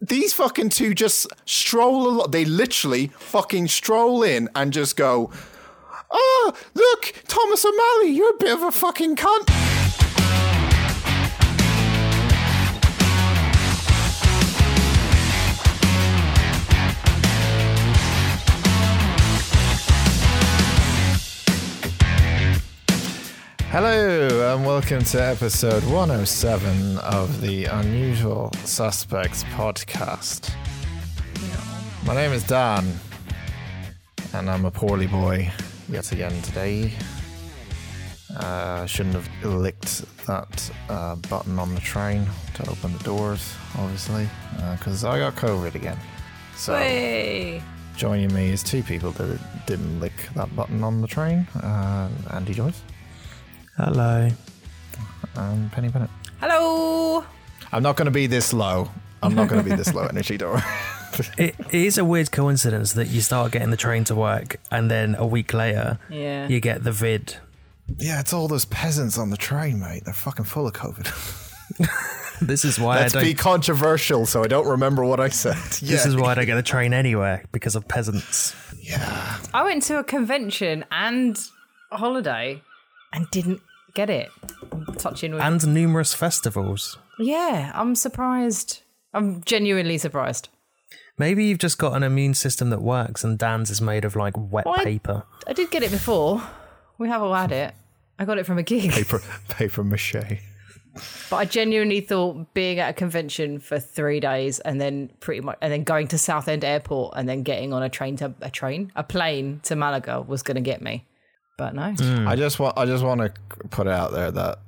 these fucking two just stroll along. They literally fucking stroll in and just go, Oh, look, Thomas O'Malley, you're a bit of a fucking cunt. Hello, and welcome to episode 107 of the Unusual Suspects podcast. My name is Dan, and I'm a poorly boy yet again today. Uh, I shouldn't have licked that uh, button on the train to open the doors, obviously, because I got COVID again. So Way. joining me is two people that didn't lick that button on the train uh, Andy Joyce Hello. and Penny Bennett. Hello. I'm not going to be this low. I'm not going to be this low energy, don't worry. It is a weird coincidence that you start getting the train to work and then a week later Yeah. you get the vid. Yeah, it's all those peasants on the train, mate. They're fucking full of COVID. This is why Let's I don't be controversial, so I don't remember what I said. This is why I don't get the train anywhere because of peasants. Yeah. I went to a convention and a holiday and didn't get it. I'm touching with. And numerous festivals. yeah, I'm surprised. I'm genuinely surprised. Maybe you've just got an immune system that works and Dan's is made of like wet Well, I- paper. I did get it before. We have all had it. I got it from a gig, Paper, paper mache. but I genuinely thought being at a convention for three days and then pretty much and then going to Southend Airport and then getting on a train to a train a plane to Malaga was going to get me, but no. Hmm. I just want I just want to put it out there that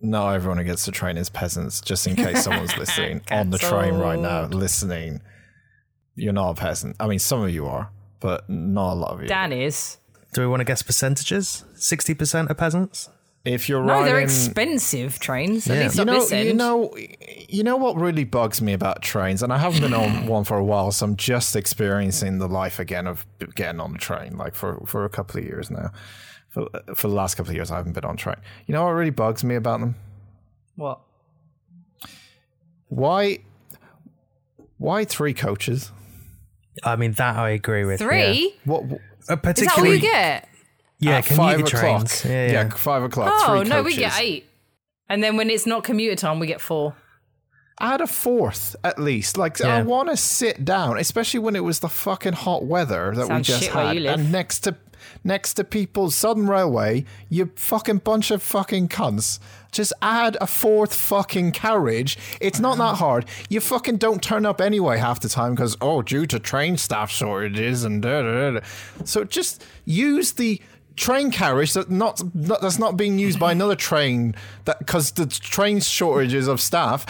not everyone who gets the train is peasants, just in case someone's listening on the train right now, listening. You're not a peasant. I mean, some of you are, but not a lot of you. Dan is. Do we want to guess percentages? 60% are peasants? if you're No, they're riding, expensive trains. At Yeah. least you on know, this end. you know, you know what really bugs me about trains, and I haven't been on one for a while, so I'm just experiencing the life again of getting on the train, like for for a couple of years now. For, for the last couple of years, I haven't been on train. You know what really bugs me about them? what? Why, why three coaches? I mean, that I agree with. yeah. Three? What? Uh, Is that all you particularly, get? Yeah, at commuter five o'clock. trains. Yeah, yeah. five o'clock. Oh three no, we coaches. get eight. And then when it's not commuter time, we get four. add a fourth at least. Like I Yeah. want to sit down, especially when it was the fucking hot weather that Sounds we just shit where had, you live. and next to next to people's Southern Railway, you fucking bunch of fucking cunts. Just add a fourth fucking carriage. It's not that Uh-huh. hard. You fucking don't turn up anyway half the time because oh, due to train staff shortages and da da da. da. So just use the train carriage that not, not that's not being used by another train that because the train shortages of staff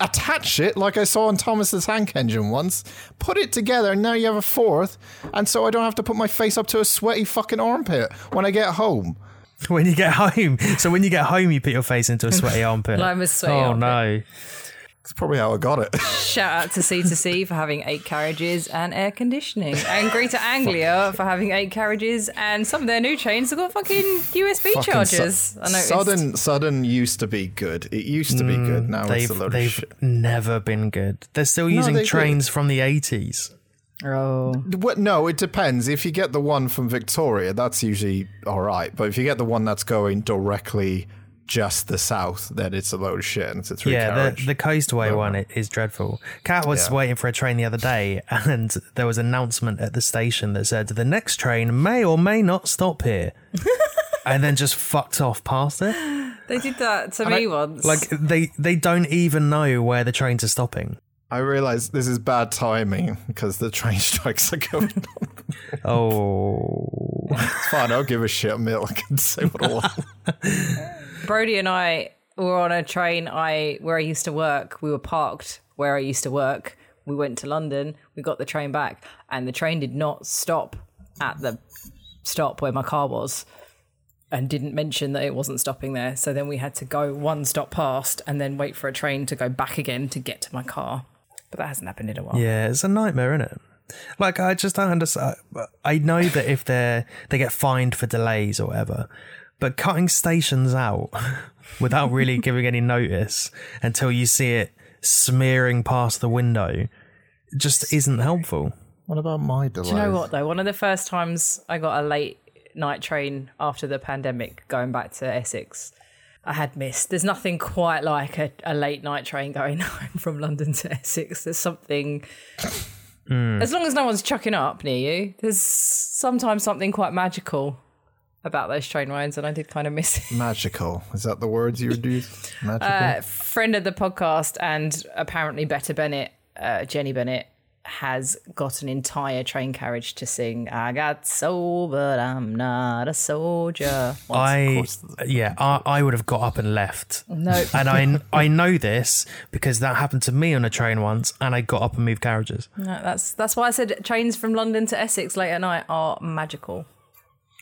attach it like I saw on Thomas the Tank Engine once, put it together, and now you have a fourth, and so I don't have to put my face up to a sweaty fucking armpit when I get home. When you get home. So when you get home, you put your face into a sweaty armpit. Mine was sweaty Oh, armpit. no. That's probably how I got it. Shout out to C to C for having eight carriages and air conditioning, and Greater Anglia for having eight carriages and some of their new trains have got fucking USB Fucking chargers. Su- I noticed. Southern Southern used to be good. It used to be good. Now it's a Mm, They've, load of they've shit. never been good. They're still using they do. trains from the 80s. Oh, What, no, it depends. If you get the one from Victoria, that's usually all right. But if you get the one that's going directly just the south, then it's a load of shit and it's a three Yeah, carriage. the, the Coastway one i- is dreadful. Cat was Yeah. waiting for a train the other day, and there was an announcement at the station that said the next train may or may not stop here, and then just fucked off past it. they did that to me once. Like they they don't even know where the trains are stopping. I realize this is bad timing because the train strikes are going on. Oh, It's fine. I don't give a shit, Mill. I can say what I want. Brody and I were on a train I where I used to work. We were parked where I used to work. We went to London. We got the train back, and the train did not stop at the stop where my car was, and didn't mention that it wasn't stopping there. So then we had to go one stop past and then wait for a train to go back again to get to my car. But that hasn't happened in a while. yeah, it's a nightmare, isn't it? Like I just don't understand. I know that if they're they get fined for delays or whatever, but cutting stations out without really giving any notice until you see it smearing past the window just isn't helpful. What about my delay? Do you know what though? One of the first times I got a late night train after the pandemic, going back to Essex, I had missed. There's nothing quite like a, a late night train going home from London to Essex. There's something. As long as no one's chucking up near you, there's sometimes something quite magical about those train rides, and I did kind of miss it. Magical. Is that the words you would use? Magical. Uh, friend of the podcast and apparently better Bennett, uh, Jenny Bennett, has got an entire train carriage to sing "I got soul, but I'm not a soldier." I uh, yeah, I, I would have got up and left. No. and I I know this because that happened to me on a train once, and I got up and moved carriages. No, that's that's why I said trains from London to Essex late at night are magical.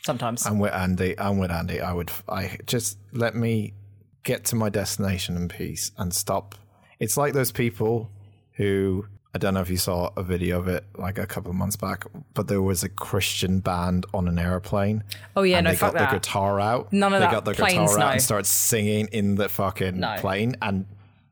Sometimes I'm with Andy. I'm with Andy. I would. I just let me get to my destination in peace and stop. It's like those people who I don't know if you saw a video of it like a couple of months back, but there was a Christian band on an airplane. Oh, yeah, and no, they fuck got that. their guitar out. None of they that. got their Planes, guitar out no. and started singing in the fucking No. plane and.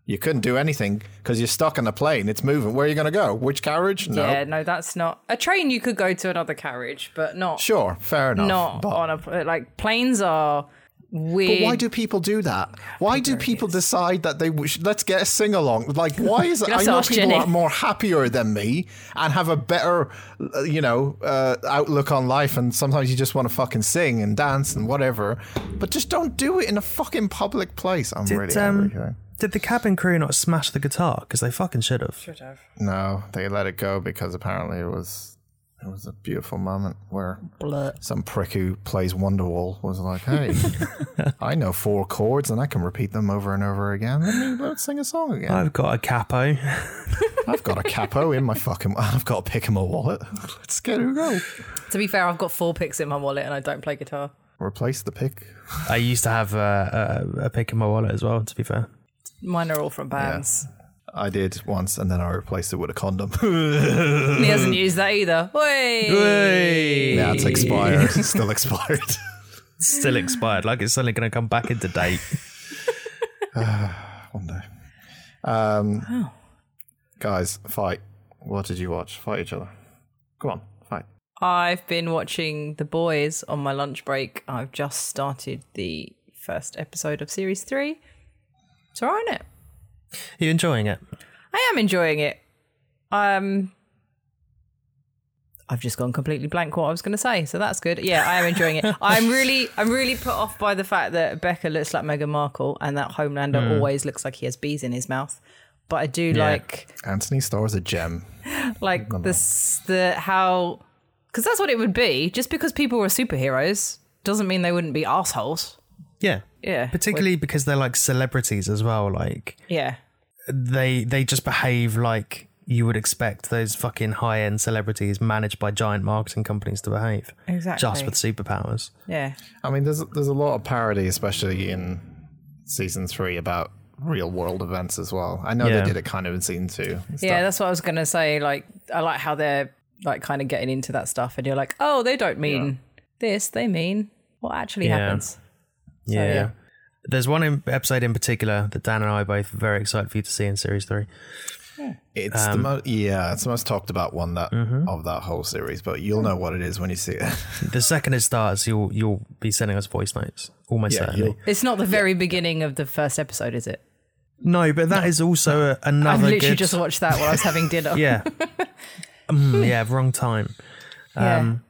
You couldn't do anything because you're stuck in a plane. It's moving. Where are you going to go? Which carriage? No. yeah, no, that's not a train. You could go to another carriage, but not Sure, fair enough. not but- on a like planes are But weird. why do people do that? Why do people decide that they wish, let's get a sing along? Like, why is it? have I to know ask people Jenny. are more happier than me and have a better, uh, you know, uh, outlook on life. And sometimes you just want to fucking sing and dance and whatever. But just don't do it in a fucking public place. I'm really um, angry. here. um, did the cabin crew not smash the guitar? Because they fucking should have. No, they let it go because apparently it was. It was a beautiful moment where some prick who plays Wonderwall was like, "Hey, I know four chords and I can repeat them over and over again. Let me let's sing a song again." I've got a capo. I've got a capo in my fucking. I've got a pick in my wallet. Let's get it go. To be fair, I've got four picks in my wallet and I don't play guitar. Replace the pick. I used to have a, a, a pick in my wallet as well. To be fair, Mine are all from bands. I did once, and then I replaced it with a condom. He hasn't used that either. Wait. yeah, it's expired. It's Still expired. still expired. Like it's suddenly going to come back into date. One day. Um, Guys, fight. What did you watch? Fight each other. Go on, fight. I've been watching The Boys on my lunch break. I've just started the first episode of series three. It's alright, isn't it? you enjoying it? I am enjoying it. Um, I've just gone completely blank what I was going to say, so that's good. Yeah, I am enjoying it. I'm really, I'm really put off by the fact that Becca looks like Meghan Markle and that Homelander always looks like he has bees in his mouth. But I do like, Anthony Starr is a gem. like this, the how, because that's what it would be. Just because people were superheroes doesn't mean they wouldn't be assholes. Yeah, Yeah, Particularly because they're like celebrities as well. Like Yeah, they they just behave like you would expect those fucking high end celebrities managed by giant marketing companies to behave. Exactly. Just with superpowers. yeah. I mean, there's there's a lot of parody, especially in season three, about real world events as well. I know Yeah. they did it kind of in season two. and Yeah, stuff. that's what I was gonna say. Like, I like how they're like kind of getting into that stuff, and you're like, oh, they don't mean this; they mean what actually Yeah. happens. yeah. yeah. There's one in, episode in particular that Dan and I are both very excited for you to see in series three. It's Um, the most yeah, it's the most talked about one that Mm-hmm. of that whole series. But you'll know what it is when you see it. The second it starts, you'll you'll be sending us voice notes almost certainly. you'll- It's not the very beginning of the first episode, is it? No, but that is also a, I another literally good. just watched that while I was having dinner. yeah. Mm, yeah, wrong time. Yeah. um,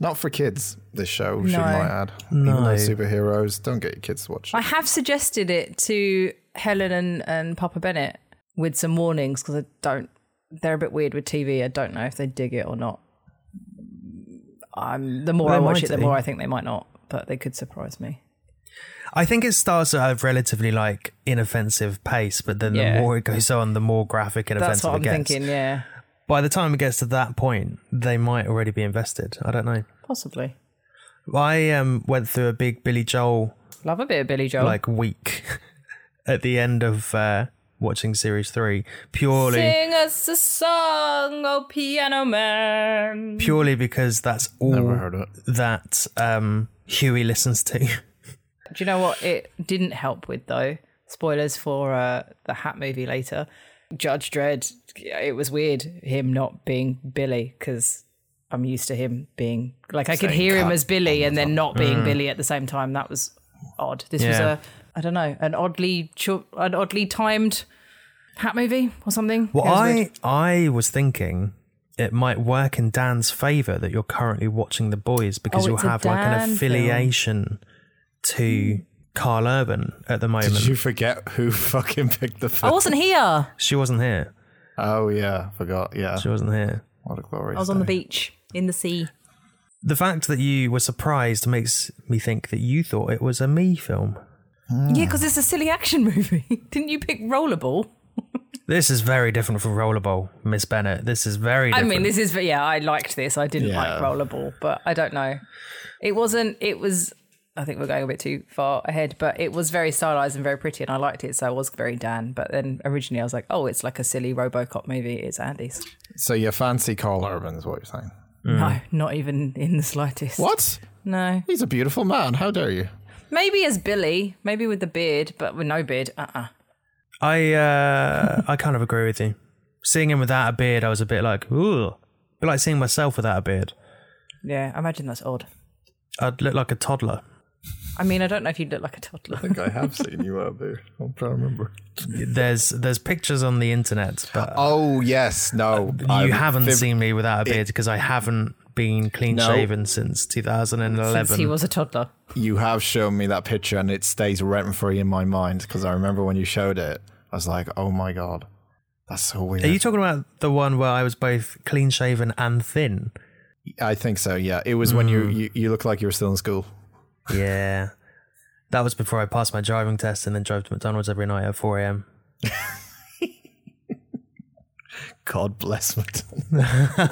not for kids. This show should No. might add. Even though superheroes, don't get your kids to watch. I It. have suggested it to Helen and, and Papa Bennett with some warnings because I don't. They're a bit weird with TV. I don't know if they dig it or not. Um, the more They I watch might eh? it, the do. more I think they might not, but they could surprise me. I think it starts at a relatively like inoffensive pace, but then Yeah. the more it goes on, the more graphic and That's offensive what I'm it gets. thinking. Yeah, By the time it gets to that point, they might already be invested. I don't know. possibly. I um, went through a big Billy Joel Love a bit of Billy Joel. like week at the end of uh, watching series three, purely Sing us a song, oh piano man. purely because that's Never all heard of it. that um, Huey listens to. Do you know what it didn't help with though? Spoilers for uh, the Hat movie later. Judge Dredd, it was weird him not being Billy because I'm used to him being like I could hear him as Billy and then not being Billy at the same time. That was odd. This was Yeah. a I don't know an oddly chu- an oddly timed hat movie or something. Well, It was weird. I I was thinking it might work in Dan's favor that you're currently watching The Boys because Oh, you'll it's a have like an Dan affiliation to Carl Urban at the moment. Did you forget who fucking picked the I film? wasn't here. She wasn't here. Oh yeah, forgot. Yeah, She wasn't here. what a glorious. I was on the day. beach in the sea. The fact that you were surprised makes me think that you thought it was a me film. Mm. Yeah, because it's a silly action movie. Didn't you pick Rollerball? This is very different from Rollerball, Miss Bennett. This is very I different. mean, this is yeah. I liked this. I didn't like Yeah. Rollerball, but I don't know. It wasn't. It was. I think we're going a bit too far ahead, but it was very stylized and very pretty, and I liked it. So I was very Dan. But then originally I was like, oh, it's like a silly RoboCop movie. It's Andy's. So you fancy Carl Urban is what you're saying? No, not even in the slightest. Mm. What? No. He's a beautiful man. How dare you? Maybe as Billy, maybe with the beard, but with no beard. Uh uh I uh, I kind of agree with you. Seeing him without a beard, I was a bit like, ooh, a bit like seeing myself without a beard. Yeah, I imagine that's odd. I'd look like a toddler. I mean, I don't know if you look like a toddler. I have seen you out there. I'm trying to remember. There's there's pictures on the internet, but Oh yes, no. I you haven't seen me without a beard because I haven't been clean No. shaven since 2011. Since he was a toddler. You have shown me that picture, and it stays rent free in my mind because I remember when you showed it. I was like, oh my god, that's so weird. Are you talking about the one where I was both clean shaven and thin? I think so. Yeah, it was when you, you you looked like you were still in school. Yeah, that was before I passed my driving test and then drove to McDonald's every night at 4 a.m. God bless my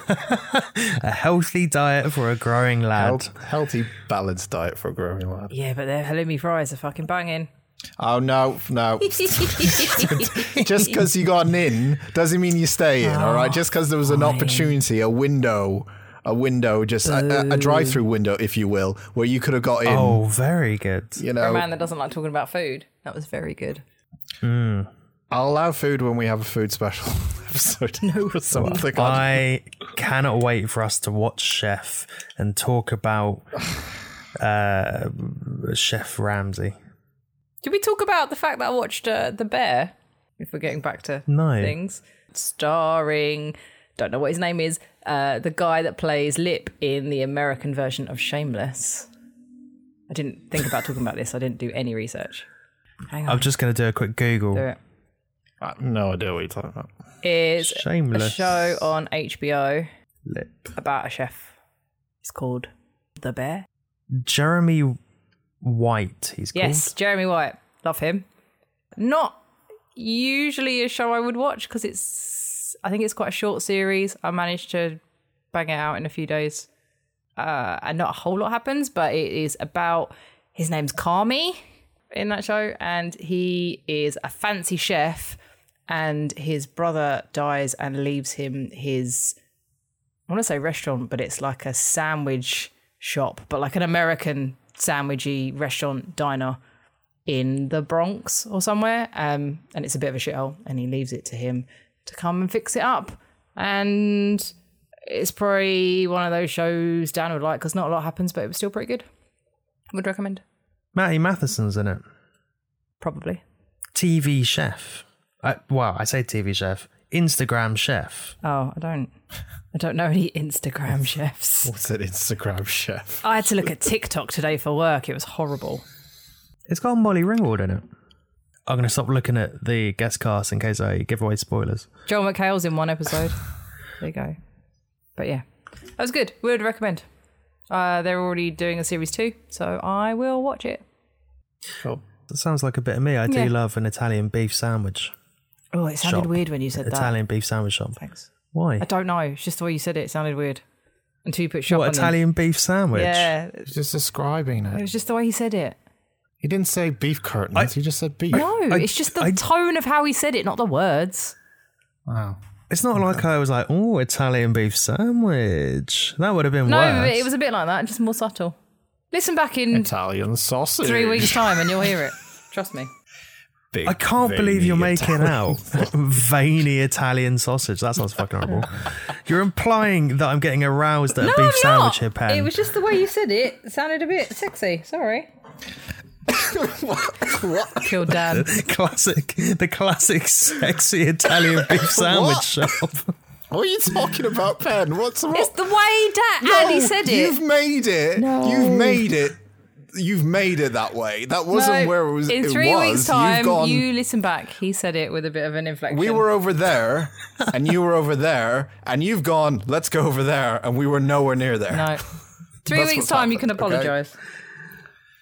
A healthy diet for a growing lad. healthy, balanced diet for a growing lad. Yeah, but their halloumi fries are fucking banging. Oh no, no. Just because you got an in doesn't mean you stay in. all right. Just because there was an opportunity, a window, a window, just a, a, a drive-through window, if you will, where you could have got in. Oh, very good. You For know, a man that doesn't like talking about food. That was very good. I'll allow food when we have a food special episode. No, something. on- I cannot wait for us to watch Chef and talk about uh, Chef Ramsay. Did we talk about the fact that I watched uh, The Bear? If we're getting back to No. things, starring don't know what his name is, uh, the guy that plays Lip in the American version of Shameless. I didn't think about talking about this. I didn't do any research. Hang on, I'm just going to do a quick Google. do it. I- no idea what you're talking about. It's a Shameless. show on HBO Lip. about a chef. It's called The Bear. Jeremy White, he's Yes, called. Jeremy White. Love him. Not usually a show I would watch because it's, I think it's quite a short series. I managed to bang it out in a few days. Uh, and not a whole lot happens, but it is about his name's Carmi in that show. And he is a fancy chef. And his brother dies and leaves him his, I want to say restaurant, but it's like a sandwich shop, but like an American sandwichy restaurant diner in the Bronx or somewhere. Um, and it's a bit of a shithole, and he leaves it to him to come and fix it up. And it's probably one of those shows Dan would like because not a lot happens, but it was still pretty good. Would recommend, Matty Matheson's in it. probably. TV Chef. I, wow, I say TV Chef. Instagram Chef. Oh, I don't, I don't know any Instagram chefs. What's an Instagram chef? I had to look at TikTok today for work. It was horrible. It's got Molly Ringwald in it. I'm going to stop looking at the guest cast in case I give away spoilers. Joel McHale's in one episode. there you go. But yeah, that was good. Would recommend. Uh, they're already doing a series two, so I will watch it. Oh. That sounds like a bit of me. I do Yeah. love an Italian beef sandwich. Oh, it sounded Shop. weird when you said that. Italian beef sandwich shop. Thanks. Why? I don't know. It's just the way you said it. It sounded weird. Until you put shop What on them. Italian beef sandwich? Yeah, it He's just describing it. was just the way he said it. He didn't say beef curtains. he just said beef. No, I- it's just the I- tone of how he said it, not the words. Wow. It's not like I was like, oh, Italian beef sandwich. That would have been No, but worse. it was a bit like that, just more subtle. Listen back in Italian sausage. three weeks' time, and you'll hear it. Trust me. big. I can't believe veiny you're making Italian- out veiny Italian sausage. That sounds fucking horrible. You're implying that I'm getting aroused at a beef sandwich here, Pen. It was just the way you said it. it sounded a bit sexy. Sorry. Killed Dan. classic, the classic sexy Italian beef sandwich shop. What are you talking about, Pen? What's wrong? It's the way that Andy said You've it. made it. No. You've made it. You've made it that way. That wasn't No, where it was. in it three was. weeks' You've time, gone- you listen back. He said it with a bit of an inflection. we were over there, and you were over there, and you've gone. Let's go over there, and we were nowhere near there. no. Three That's weeks' what's time, you can happened, okay? apologise.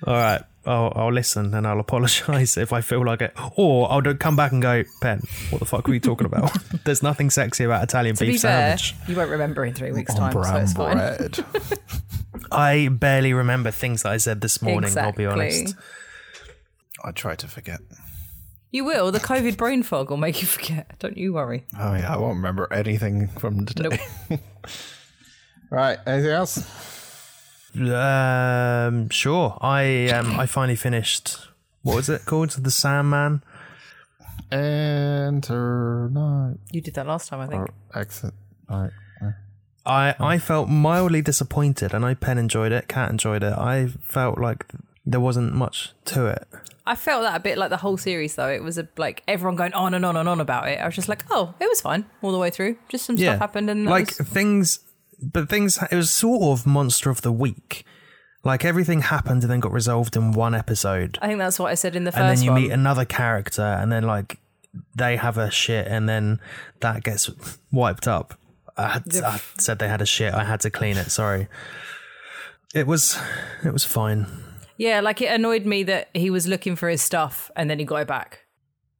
All right. I'll, I'll listen and I'll apologise if I feel like it. Or I'll do- come back and go, Pen, what the fuck were you talking about? There's nothing sexy about Italian To beef be fair, sandwich. you won't remember in three weeks' time, so it's fine. bread. I barely remember things that I said this morning, Exactly. I'll be honest. I try to forget. You will. The COVID brain fog will make you forget. Don't you worry. Oh yeah, I won't remember anything from today. Nope. Right, anything else? Um, sure. I um, I finally finished. What was it called? The Sandman. Enter night. You did that last time, I think. Exit night. I I felt mildly disappointed. I know Pen enjoyed it. Cat enjoyed it. I felt like there wasn't much to it. I felt that a bit like the whole series, though. It was a, like everyone going on and on and on about it. I was just like, oh, it was fine all the way through. Just some stuff happened, and that like was- things, but things. It was sort of monster of the week. Like everything happened and then got resolved in one episode, I think that's what I said in the first and then you one. meet another character, and then like they have a shit, and then that gets wiped up. I, had, I said they had a shit. I had to clean it. Sorry. It was, it was fine. yeah, like it annoyed me that he was looking for his stuff, and then he got it back,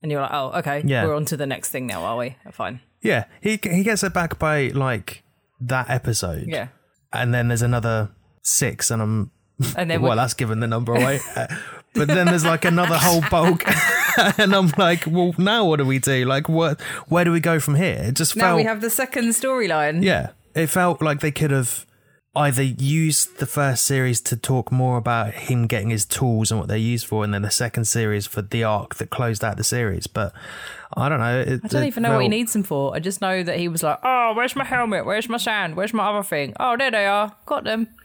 and you're like, oh, okay, Yeah. we're on to the next thing now, are we? Uh, Fine. Yeah, he he gets it back by like that episode. Yeah. and then there's another six, and I'm And then well, we- that's given the number away. Uh, but then there's like another whole bulk, and I'm like, well, now what do we do? Like, what? Where do we go from here? It just now felt we have the second storyline. yeah, it felt like they could have either used the first series to talk more about him getting his tools and what they're used for, and then the second series for the arc that closed out the series. But I don't know. It, I don't even know what he needs. needs them for. I just know that he was like, oh, where's my helmet? Where's my sand? Where's my other thing? Oh, there they are. Got them.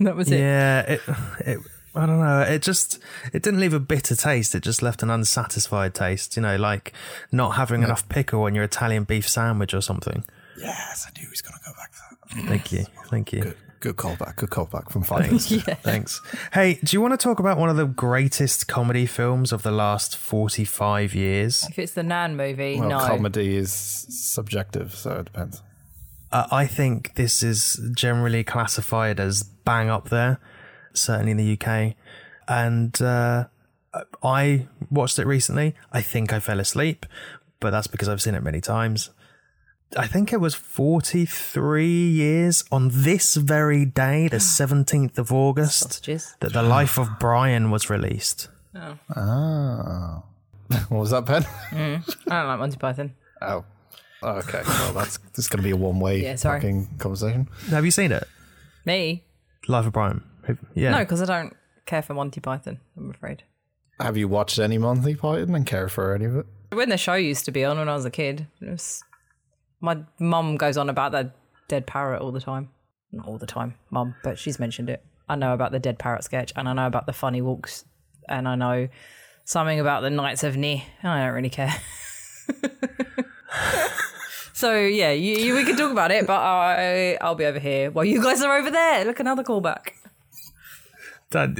that was it. Yeah, it, it, I don't know. It just it didn't leave a bitter taste. It just left an unsatisfied taste. You know, like not having enough pickle on your Italian beef sandwich or something. Yes, I knew he was going to go back to that. Thank you, thank you, Good callback. Good callback from five minutes. thanks. Hey, do you want to talk about one of the greatest comedy films of the last forty-five years? If it's the Nan movie, Well, no. comedy is subjective, so it depends. Uh, I think this is generally classified as bang up there, certainly in the UK. And uh, I watched it recently. I think I fell asleep, but that's because I've seen it many times. I think it was 43 years on this very day, the 17th of August, Sausages. that The Life of Brian was released. Oh. What was that, Ben? I don't like Monty Python. Oh. Okay. Well, that's this going to be a one way Yeah, sorry. fucking conversation. Have you seen it? Me? Life of Brian? Have- Yeah. No, because I don't care for Monty Python, I'm afraid. Have you watched any Monty Python and care for any of it? When the show used to be on when I was a kid, it was, my mum goes on about the dead parrot all the time. Not all the time, mum, but she's mentioned it. I know about the dead parrot sketch, and I know about the funny walks, and I know something about the Knights of Ni. and I don't really care. so yeah, you, you, we can talk about it, but I, I'll be over here while you guys are over there. Look, another callback. Dan,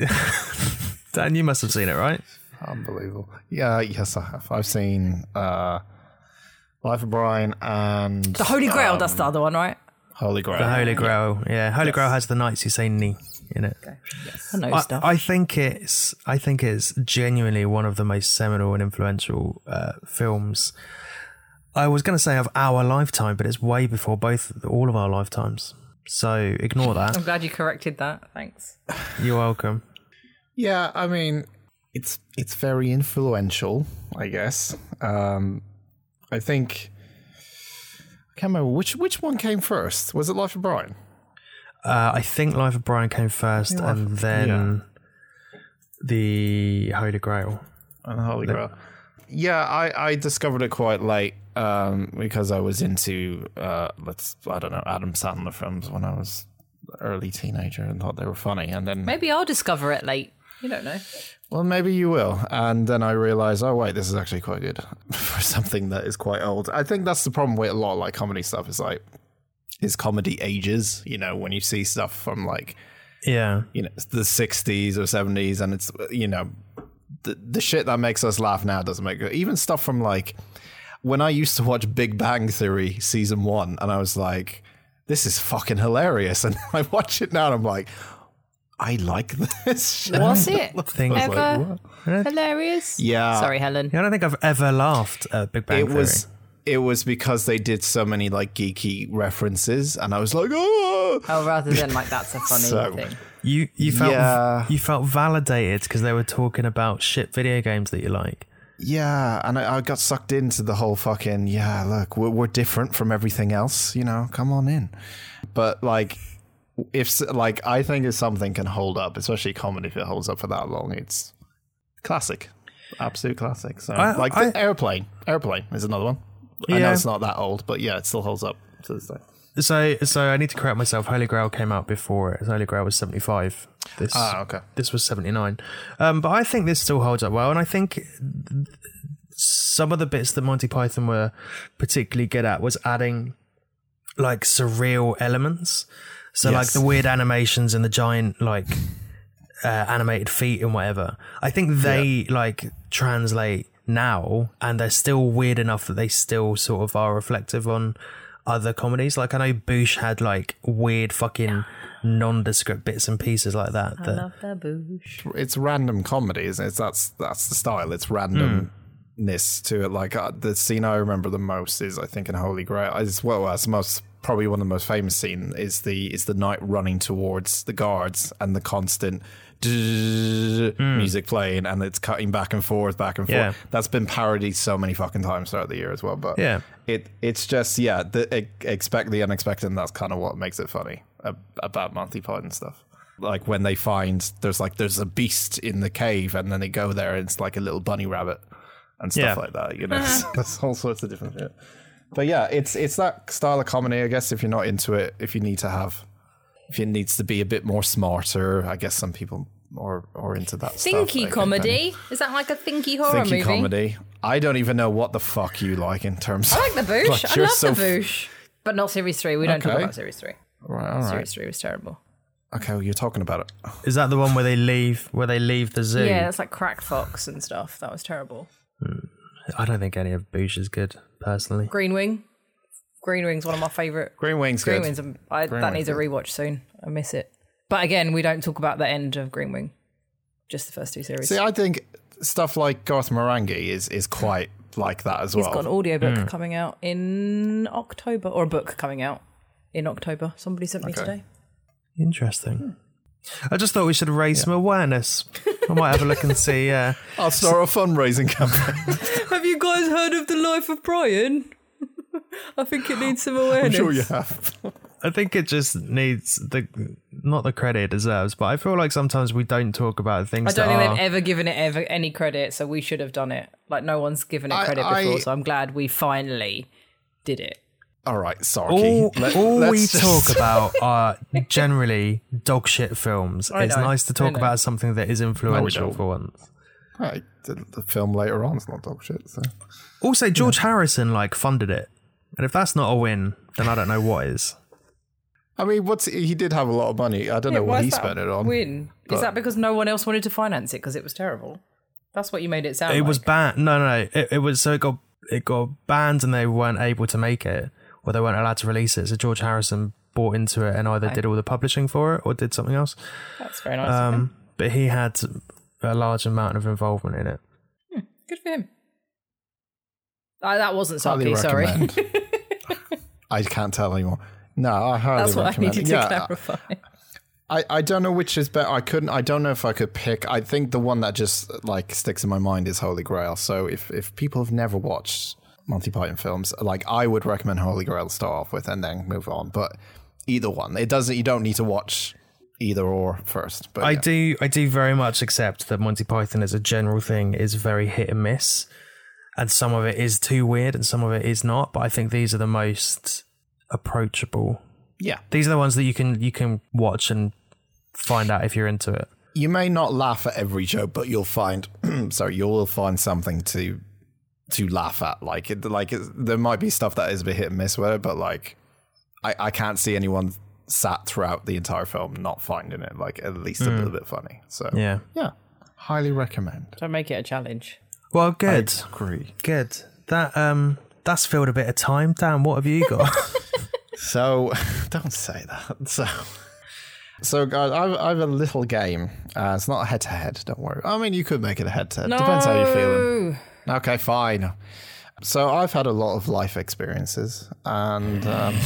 Dan, you must have seen it, right? Unbelievable. Yeah, yes, I have. I've seen uh, Life of Brian and The Holy Grail. that's the other one, right? Holy Grail. The Holy Grail, yeah. Holy Grail has the knights who say knee in it. I know I, stuff. I think it's I think it's genuinely one of the most seminal and influential uh, films. I was going to say of our lifetime, but it's way before both all of our lifetimes. So ignore that. I'm glad you corrected that. Thanks. You're welcome. Yeah, I mean, it's it's very influential, I guess. Um, I think I can't remember which which one came first. Was it Life of Brian? Uh, I think Life of Brian came first, and then the Holy Grail. and the Holy Grail. Yeah, I, I discovered it quite late um, because I was into uh, let's I don't know Adam Sandler films when I was early teenager and thought they were funny, and then Maybe I'll discover it late. You don't know. well maybe you will, and then I realized oh wait this is actually quite good for something that is quite old. I think that's the problem with a lot of like comedy stuff is like is comedy ages you know when you see stuff from like Yeah. you know the 60s or 70s and it's you know the, the shit that makes us laugh now doesn't make even stuff from like when i used to watch big bang theory season one and i was like this is fucking hilarious and i watch it now and i'm like i like this shit. Was it Things like ever hilarious? yeah Sorry, Helen. Yeah, I don't think I've ever laughed at Big Bang it Theory. was it was because they did so many like geeky references and i was like oh Oh, rather than like that's a funny So- thing. You you felt Yeah. you felt validated because they were talking about shit video games that you like. Yeah, and I, I got sucked into the whole fucking yeah. Look, we're, we're different from everything else, you know. Come on in, but like, if s- like I think if something can hold up, especially comedy, if it holds up for that long, it's classic, absolute classic. So I- like I- the airplane, airplane is another one. I know Yeah. it's not that old, but yeah, it still holds up to this day. So so I need to correct myself. Holy Grail came out before it. Holy Grail was seventy five. This Ah, okay. this was seventy nine. Um, but I think this still holds up well, and I think th- some of the bits that Monty Python were particularly good at was adding like surreal elements. So like Yes. the weird animations and the giant like uh, animated feet and whatever. I think they like translate now, and they're still weird enough that they still sort of are reflective on other comedies. Like I know Boosh had like weird fucking nondescript bits and pieces like that. that Love the boosh. It's random comedy, isn't it? It's- That's that's the style. It's randomness to it. Like uh, the scene I remember the most is, I think, in Holy Grail. As well as most probably one of the most famous scene is the is the knight running towards the guards and the constant music playing and it's cutting back and forth, back and forth. Yeah. That's been parodied so many fucking times throughout the year as well. But Yeah. it it's just yeah, the, e- expect the unexpected, and that's kind of what makes it funny ab- about Monty Python stuff. Like when they find there's like there's a beast in the cave, and then they go there, and it's like a little bunny rabbit and stuff Yeah. like that. You know, Uh-huh. there's all sorts of different shit. But yeah, it's it's that style of comedy, I guess. If you're not into it, if you need to have, if it needs to be a bit more smarter, I guess some people are are into that stuff, I Thinky think, and- comedy. Is that like a thinky horror Thinky movie? comedy. I don't even know what the fuck you like in terms. I like the boosh. Like, I you're love so f- the boosh. But not series three. We don't talk Okay. about series three. Right, all right. Series three was terrible. Okay, well, you're talking about it. Is that the one where they leave where they leave the zoo? Yeah, that's like Crack Fox and stuff. That was terrible. I don't think any of Boosh is good personally. Green Wing. Green Wing's one of my favourite. Green Wing's Green good. Wing's a, I, that Wing's needs a rewatch soon. I miss it. But again, we don't talk about the end of Green Wing. Just the first two series. See, I think stuff like Garth Marenghi is is quite like that as He's well. hmm. got an audiobook coming out in October, or a book coming out in October. Somebody sent me today. Interesting. I just thought we should raise some awareness. I might have a look and see. Uh, I'll start a fundraising campaign. Have you guys heard of The Life of Brian? I think it needs some awareness. I'm sure you have. I think it just needs the not the credit it deserves, but I feel like sometimes we don't talk about I things don't that think are. they've ever given it ever any credit, so we should have done it. Like no one's given it I- credit before, I- so I'm glad we finally did it. All right, all Sarky. Let- all let's we just- talk about are generally dog shit films. it's know, nice to I talk know. about something that is influential for once. Hey, the, the film later on is not dog shit. So. Also, George Harrison like funded it, and if that's not a win, then I don't know what is. I mean, what's he did have a lot of money. I don't know what he spent it on. Win. Is that because no one else wanted to finance it because it was terrible? That's what you made it sound. It like. was banned. No, no, no. It, it was so it got it got banned, and they weren't able to make it, or they weren't allowed to release it. So George Harrison bought into it and either did all the publishing for it or did something else. That's very uh, nice. of him. Um, but he had a large amount of involvement in it. Good for him. Ah, that wasn't Highly sarky, sorry. recommend. I can't tell anymore. No, I highly That's what I recommend. needed it. to yeah, clarify. I, I don't know which is better. I couldn't. I don't know if I could pick. I think the one that just like sticks in my mind is Holy Grail. So if if people have never watched Monty Python films, like I would recommend Holy Grail to start off with and then move on. But either one, it doesn't. You don't need to watch either or first. But I yeah. do I do very much accept that Monty Python as a general thing is very hit and miss. And some of it is too weird and some of it is not, but I think these are the most approachable. yeah. These are the ones that you can you can watch and find out if you're into it. You may not laugh at every joke, but you'll find sorry, you'll find something to to laugh at. Like it, like it's, there might be stuff that is a bit hit and miss with it, but like I, I can't see anyone sat throughout the entire film not finding it like at least a little bit funny. So Yeah. yeah, highly recommend. Don't make it a challenge. Well, good. Agree. Good. That um that's filled a bit of time. Dan, what have you got? So don't say that. So so guys, I've I've a little game. Uh, it's not a head to head. Don't worry. I mean, you could make it a head to head. Depends how you're feeling. Ooh, Okay, fine. So I've had a lot of life experiences, and um,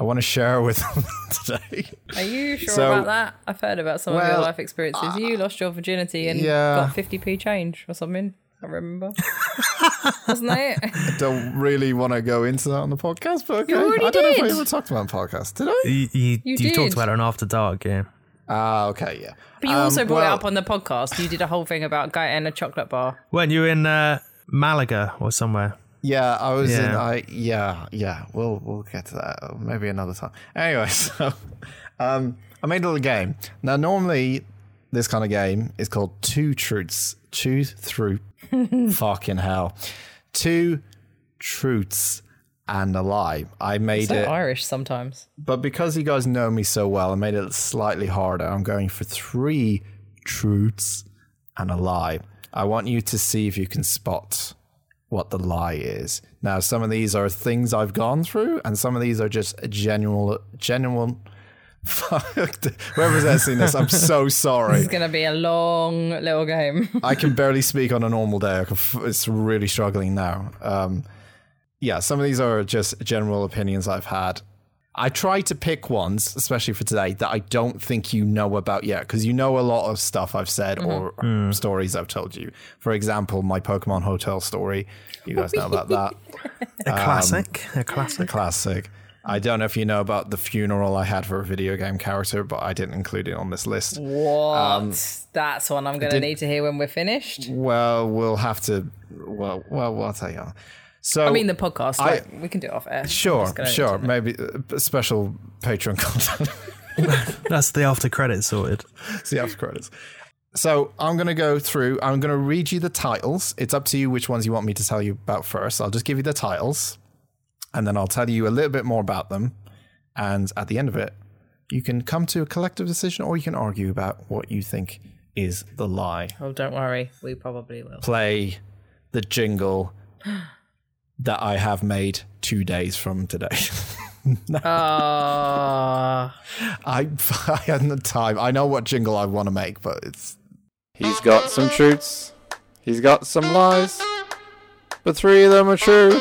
I want to share with them today. are you sure So- about that? I've heard about some of your Well, life experiences. you lost your virginity and yeah. got 50p change or something. I remember. Wasn't that it? Don't really want to go into that on the podcast, but okay. already I don't know if did. I ever talked about it on podcast. Did I? you you, you, did. talked about it on After Dark, yeah. Ah, okay, yeah. Um, But you also brought well- it up on the podcast. You did a whole thing about guy and a chocolate bar. Weren't you in uh, Malaga or somewhere? Yeah, I was in. Yeah. I yeah, yeah. We'll we'll get to that uh, maybe another time. Anyway, so um, I made a little game. Now, normally this kind of game is called Two Truths. Two through fucking hell. Two truths and a lie. I made So it, Irish sometimes. but because you guys know me so well, I made it slightly harder. I'm going for three truths and a lie. I want you to see if you can spot what the lie is. Now, some of these are things I've gone through, and some of these are just genuine, genuine. Fuck, whoever's editing this, I'm so sorry. It's going to be a long little game. I can barely speak on a normal day. I can f- it's really struggling now. Um, yeah, some of these are just general opinions I've had. I try to pick ones, especially for today, that I don't think you know about yet, because you know a lot of stuff I've said Mm-hmm. or stories I've told you. For example, my Pokemon Hotel story. You guys know about that. A classic. A classic. Classic. I don't know if you know about the funeral I had for a video game character, but I didn't include it on this list. Mm. What? Um, That's one I'm going to need to hear when we're finished. Well, we'll have to. Well, well, we'll tell you. on. So I mean, the podcast. I- like, we can do it off air. I'm Sure, just gonna- sure. Maybe uh, special Patreon content. That's the after credit sorted. See after credits. So I'm going to go through. I'm going to read you the titles. It's up to you which ones you want me to tell you about first. I'll just give you the titles, and then I'll tell you a little bit more about them. And at the end of it, you can come to a collective decision, or you can argue about what you think is the lie. Oh, don't worry. We probably will. Play the jingle that I have made two days from today. Uh, I, I hadn't the time. I know what jingle I want to make, but it's He's got some truths. He's got some lies. But three of them are true,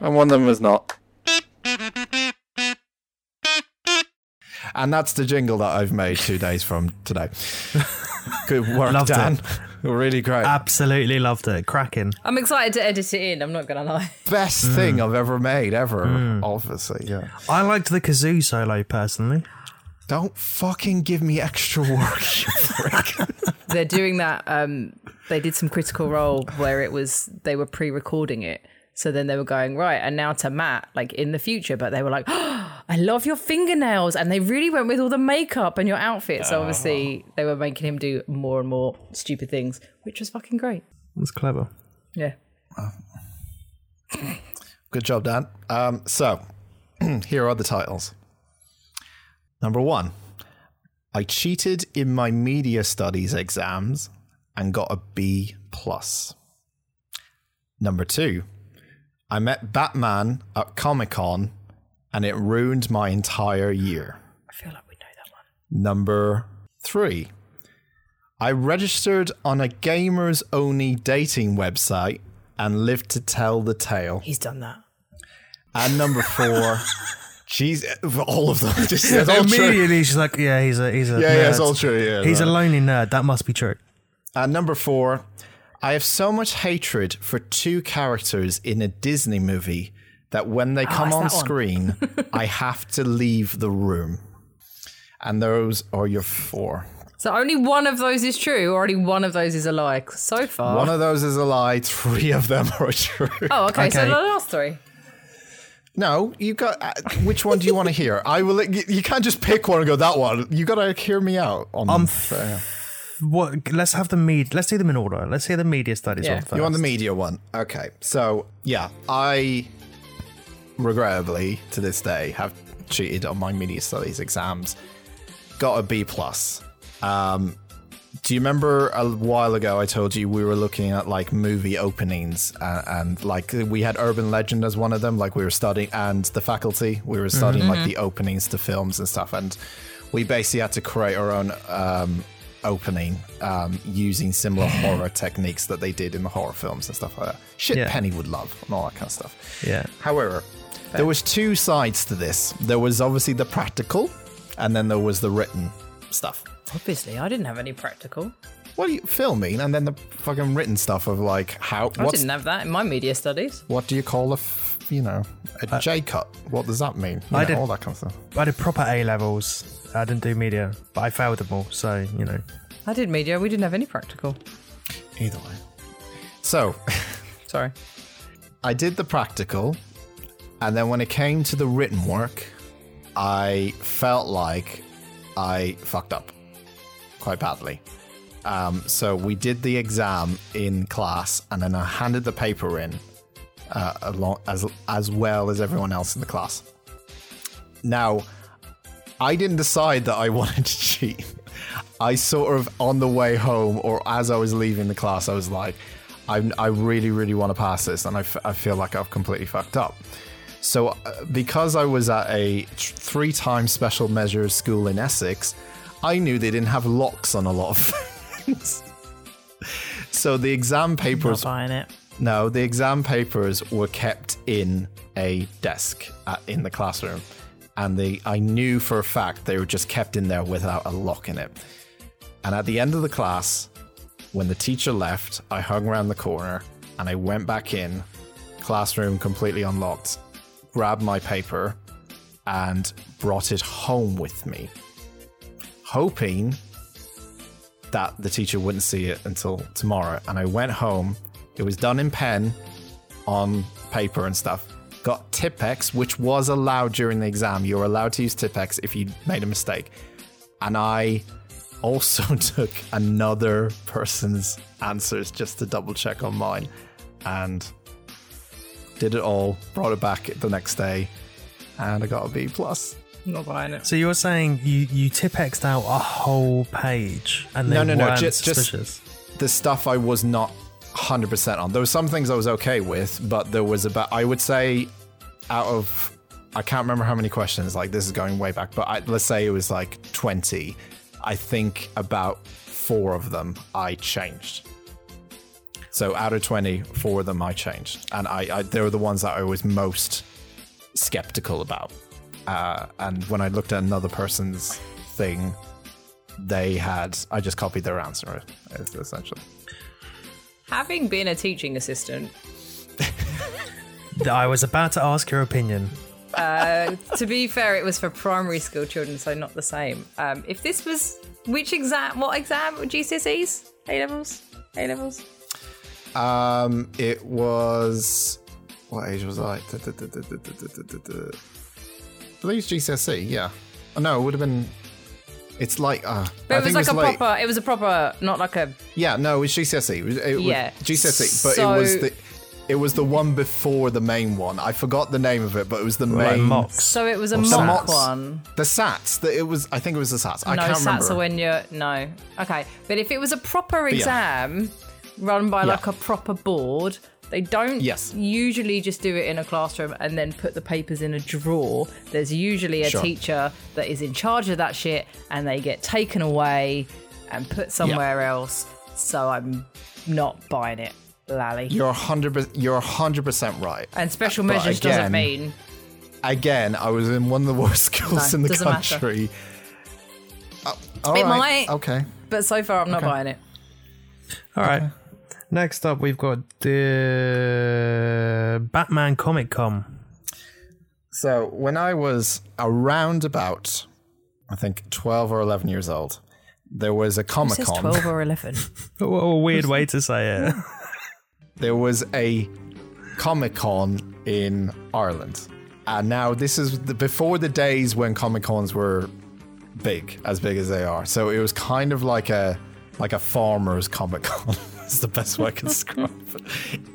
and one of them is not. and that's the jingle that I've made two days from today. Good work, Loved Dan. it. really great. Absolutely loved it. Cracking. I'm excited to edit it in. I'm not going to lie. Best Mm. thing I've ever made, ever. Obviously, yeah. I liked the kazoo solo personally. Don't fucking give me extra work, you prick. They're doing that. Um, they did some critical role where it was they were pre-recording it. So then they were going right, and now to Matt, like in the future. But they were like, oh, "I love your fingernails," and they really went with all the makeup and your outfit. Uh-huh. So obviously they were making him do more and more stupid things, which was fucking great. That's clever. Yeah. Good job, Dan. Um, so, here are the titles. Number one, I cheated in my media studies exams and got a B plus. Number two, I met Batman at Comic Con and it ruined my entire year. I feel like we know that one. Number three, I registered on a gamers only dating website and lived to tell the tale. He's done that. And number four, she's all of them. Just, it's all true. Immediately she's like, yeah, he's a he's a Yeah, yeah, it's nerd. all true. Yeah, He's a no. lonely nerd. That must be true. And number four, I have so much hatred for two characters in a Disney movie Oh, that when they come it's on that one. screen, I have to leave the room. And those are your four. So only one of those is true, or only one of those is a lie so far. One of those is a lie, three of them are true. oh, okay, So Okay. the last three. No, you got. Uh, which one do you want to hear? I will. You, you can't just pick one and go that one. You got to hear me out on. Um, Um, What? Let's have the med. Let's do them in order. Let's hear the media studies Yeah. one first. you want the media one? Okay. So yeah, I regrettably to this day have cheated on my media studies exams. Got a B plus. Um, do you remember a while ago I told you we were looking at like movie openings and, and like we had Urban Legend as one of them, like we were studying, and the faculty, we were studying Mm-hmm. like the openings to films and stuff. And we basically had to create our own um, opening um, using similar horror techniques that they did in the horror films and stuff like that. Shit Yeah. Penny would love and all that kind of stuff. Yeah. However, there was two sides to this. There was obviously the practical, and then there was the written stuff. Obviously, I didn't have any practical. What do you filming and then the fucking written stuff of like how I what's, didn't have that in my media studies. what do you call a f- you know a J cut? What does that mean? You I know, did- all that kind of stuff. I did proper A levels. I didn't do media, but I failed them all. So you know, I did media. We didn't have any practical. Either way, so Sorry. I did the practical, and then when it came to the written work, I felt like I fucked up quite badly. Um, so we did the exam in class, and then I handed the paper in, uh, along, as as well as everyone else in the class. Now, I didn't decide that I wanted to cheat. I sort of on the way home or as I was leaving the class, I was like, I'm, I really, really want to pass this, and I, f- I feel like I've completely fucked up. So, uh, because I was at a tr- three time special measures school in Essex, I knew they didn't have locks on a lot of things. so, the exam papers buying it. no, the exam papers were kept in a desk at, in the classroom, and they I knew for a fact they were just kept in there without a lock in it. And at the end of the class, when the teacher left, I hung around the corner and I went back in, classroom completely unlocked, grabbed my paper, and brought it home with me, hoping that the teacher wouldn't see it until tomorrow. And I went home. It was done in pen, on paper and stuff. Got Tipex, which was allowed during the exam. You were allowed to use Tipex if you made a mistake. And I also took another person's answers just to double check on mine and did it all, brought it back the next day, and I got a B plus. Not buying it. so you were saying you you tipexed out a whole page and they No, no, no, weren't ju- just- suspicious. the stuff I was not 100% on. There were some things I was okay with, but there was about, I would say, out of, I can't remember how many questions, like this is going way back, but I, let's say it was like 20. I think about four of them I changed. So out of 20, four of them I changed. And I, I they were the ones that I was most skeptical about. Uh, and when I looked at another person's thing, they had, I just copied their answer, es- essentially. Having been a teaching assistant, I was about to ask your opinion. to be fair, it was for primary school children, so not the same. Um, if this was which exam, what exam? GCSEs, A levels, A levels. Um, it was what age was I? Du- du- du- du- du- du- du- du- du- du. I believe it's GCSE. Yeah. Oh, no, it would have been. It's like uh, But I it think was like it a was like proper. It was a proper, not like a. yeah. No, it was GCSE. E. It was, it was Yeah. GCSE, E, but So- it was the it was the one before the main one. I forgot the name of it, but it was the Like main mocks. So it was a The mock mocks. one. The SATs. That it was. I think it was the SATs. I no, can't sats remember. are when you're no. Okay, but if it was a proper yeah. exam run by like a proper board. They don't Yes. usually just do it in a classroom and then put the papers in a drawer. There's usually a Sure. teacher that is in charge of that shit and they get taken away and put somewhere else. So I'm not buying it, Lally. You're hundred. You're hundred percent right. and special But measures doesn't again- mean Again, I was in one of the worst schools No, in the doesn't matter. country. Uh, all It right, might. Okay. But so far, I'm not buying it. All right. Next up, we've got the Batman Comic Con. So when I was around about I think, 12 or 11 years old. There was a Comic Says Con. twelve or eleven. What a weird way to say it. there was a Comic Con in Ireland. And now this is the, before the days when Comic Cons were big, as big as they are. So it was kind of like a like a farmer's Comic Con. Is the best way I can describe it.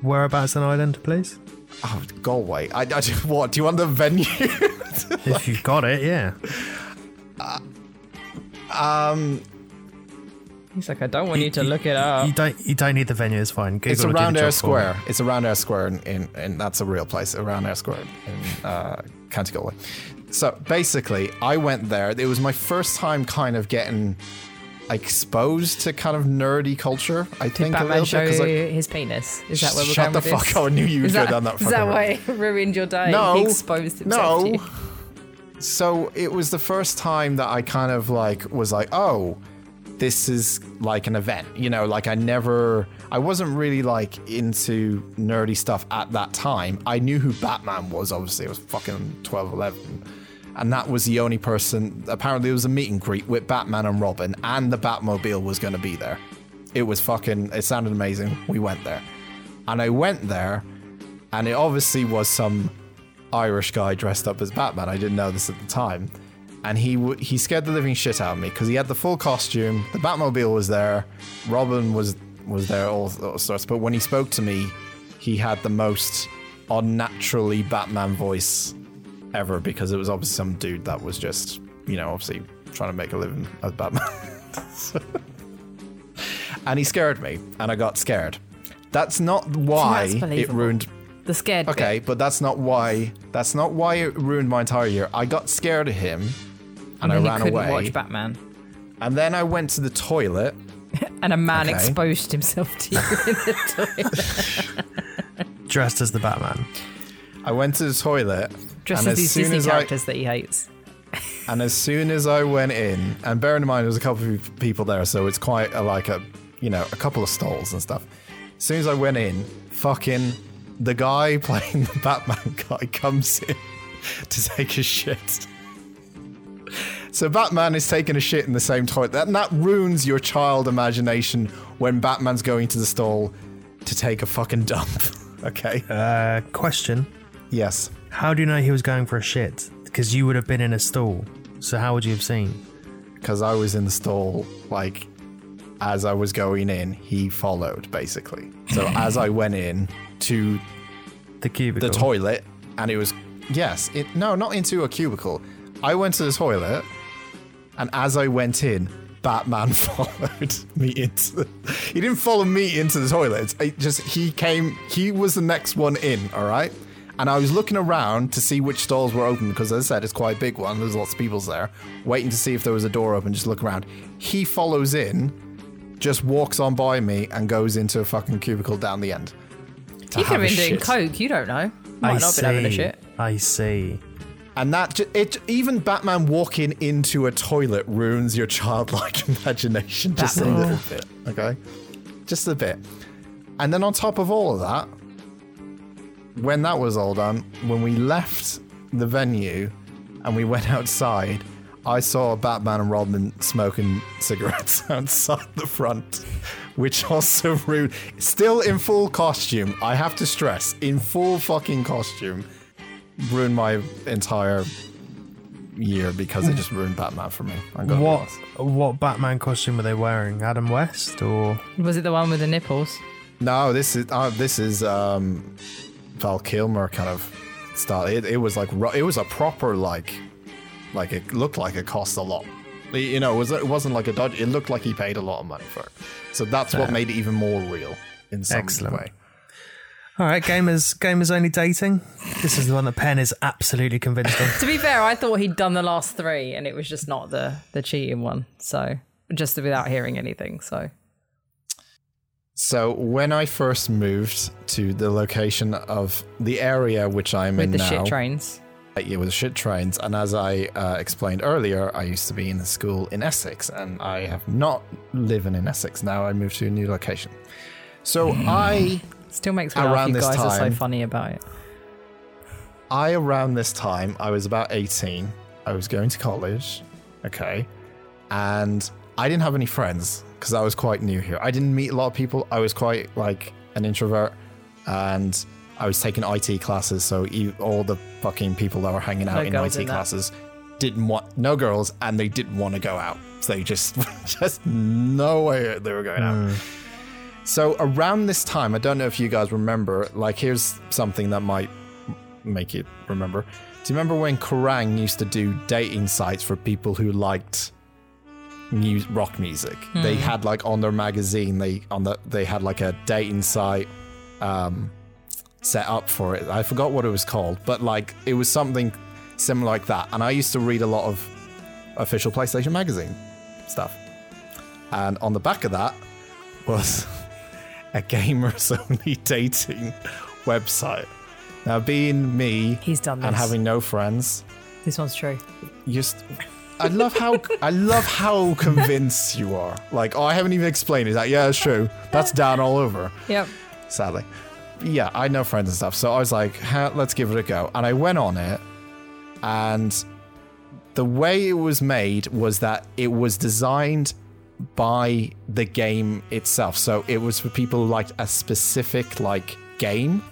Whereabouts in Ireland, please? Oh, Galway. I, I what? Do you want the venue? If you've got it, yeah. He's like, I don't want you to look it up. You don't. You don't need the venue. It's fine. Google it's will do the around job Air for Square. It's around Air Square, in, in, and that's a real place. Around Air Square in uh, County Galway. So basically, I went there. It was my first time, kind of getting exposed to kind of nerdy culture. I think a Batman little show bit. 'cause I- his penis. Is that where we're shut going the with this? fuck up! I knew you would Is go that- down that. is that fucking road. why it ruined your day? No. he exposed No. himself to you. So it was the first time that I kind of like was like, oh, this is like an event, you know. Like I never, I wasn't really like into nerdy stuff at that time. I knew who Batman was, obviously. I was fucking 12, 11. And that was the only person. Apparently, it was a meet and greet with Batman and Robin, and the Batmobile was going to be there. It was fucking. It sounded amazing. We went there, and I went there, and it obviously was some Irish guy dressed up as Batman. I didn't know this at the time, and he w- he scared the living shit out of me because he had the full costume. The Batmobile was there, Robin was was there, all, all sorts. But when he spoke to me, he had the most unnaturally Batman voice ever because it was obviously some dude that was just you know obviously trying to make a living as Batman. So- and he scared me, and I got scared. That's not why it believable. ruined The scared Okay, bit. but that's not why. That's not why it ruined my entire year. I got scared of him, and, And I he ran couldn't away. watch Batman. and then I went to the toilet. And a man Okay. exposed himself to you in the toilet. it. Dressed as the Batman. I went to the toilet, Dressed and as these soon Disney as characters that he hates. I, and as soon as I went in, and bear in mind there was a couple of people there, so it's quite a, like a, you know, a couple of stalls and stuff. As soon as I went in, fucking the guy playing the Batman guy comes in to take his shit. So Batman is taking a shit in the same toilet. That, that ruins your child imagination when Batman's going to the stall to take a fucking dump. okay. Uh, question: yes. How do you know he was going for a shit? Because you would have been in a stall. So how would you have seen? Because I was in the stall, like, as I was going in, he followed, basically. So as I went in to The cubicle. the toilet, and it was, yes, it, no, not into a cubicle. I went to the toilet, and as I went in, Batman followed me into the, he didn't follow me into the toilet. It just, he came, he was the next one in, all right? And I was looking around to see which stalls were open because, as I said, it's quite a big one. There's lots of people's there, waiting to see if there was a door open. Just look around. He follows in, just walks on by me, and goes into a fucking cubicle down the end. to He could have have a been doing shit. coke. You don't know. Might I not have see. been having a shit. I see. And that ju- it even Batman walking into a toilet ruins your childlike imagination just a little bit, okay? Just a bit. And then on top of all of that, when that was all done, when we left the venue and we went outside, I saw Batman and Robin smoking cigarettes outside the front, which also ruined. Still in full costume, I have to stress, in full fucking costume ruined my entire year because it just ruined Batman for me. I'm gonna be What honest. what Batman costume were they wearing? Adam West or Was it the one with the nipples? No, this is uh, this is um, Val Kilmer kind of style. It, it was like ro- it was a proper like like it looked like it cost a lot. Y- You know, it, was, it wasn't like a dodge. It looked like he paid a lot of money for it. So that's what made it even more real in some Excellent. way. All right, gamers gamers only dating. This is the one that Penn is absolutely convinced on. To be fair, I thought he'd done the last three, and it was just not the the cheating one. So just without hearing anything. So So when I first moved to the location of the area which I'm with in the now, shit trains. It was shit trains. And as I uh, explained earlier, I used to be in a school in Essex, and I have not living in Essex now. I moved to a new location. So I, Still makes me laugh. Around You this guys are so time- funny about it. I around this time, I was about eighteen. I was going to college. Okay. And I didn't have any friends because I was quite new here. I didn't meet a lot of people. I was quite like an introvert and I was taking IT classes. So e- all the fucking people that were hanging out No in girls IT in that. classes didn't want no girls and they didn't want to go out. So they just, just no way they were going out. Mm. So around this time, I don't know if you guys remember, like here's something that might m- make you remember. Do you remember when Kerrang used to do dating sites for people who liked mu- rock music? Hmm. They had like on their magazine, they on the they had like a dating site um, set up for it. I forgot what it was called, but like it was something similar like that. And I used to read a lot of official PlayStation magazine stuff. And on the back of that was a gamers only dating website. Now, being me He's done and this. having no friends, This one's true. you just. I love how I love how convinced you are. Like, oh, I haven't even explained it. Like, yeah, it's true. That's down all over Yep. sadly. Yeah, I know friends and stuff. So I was like, "Huh, let's give it a go. And I went on it, and the way it was made was that it was designed by the game itself. So it was for people who liked a specific like game.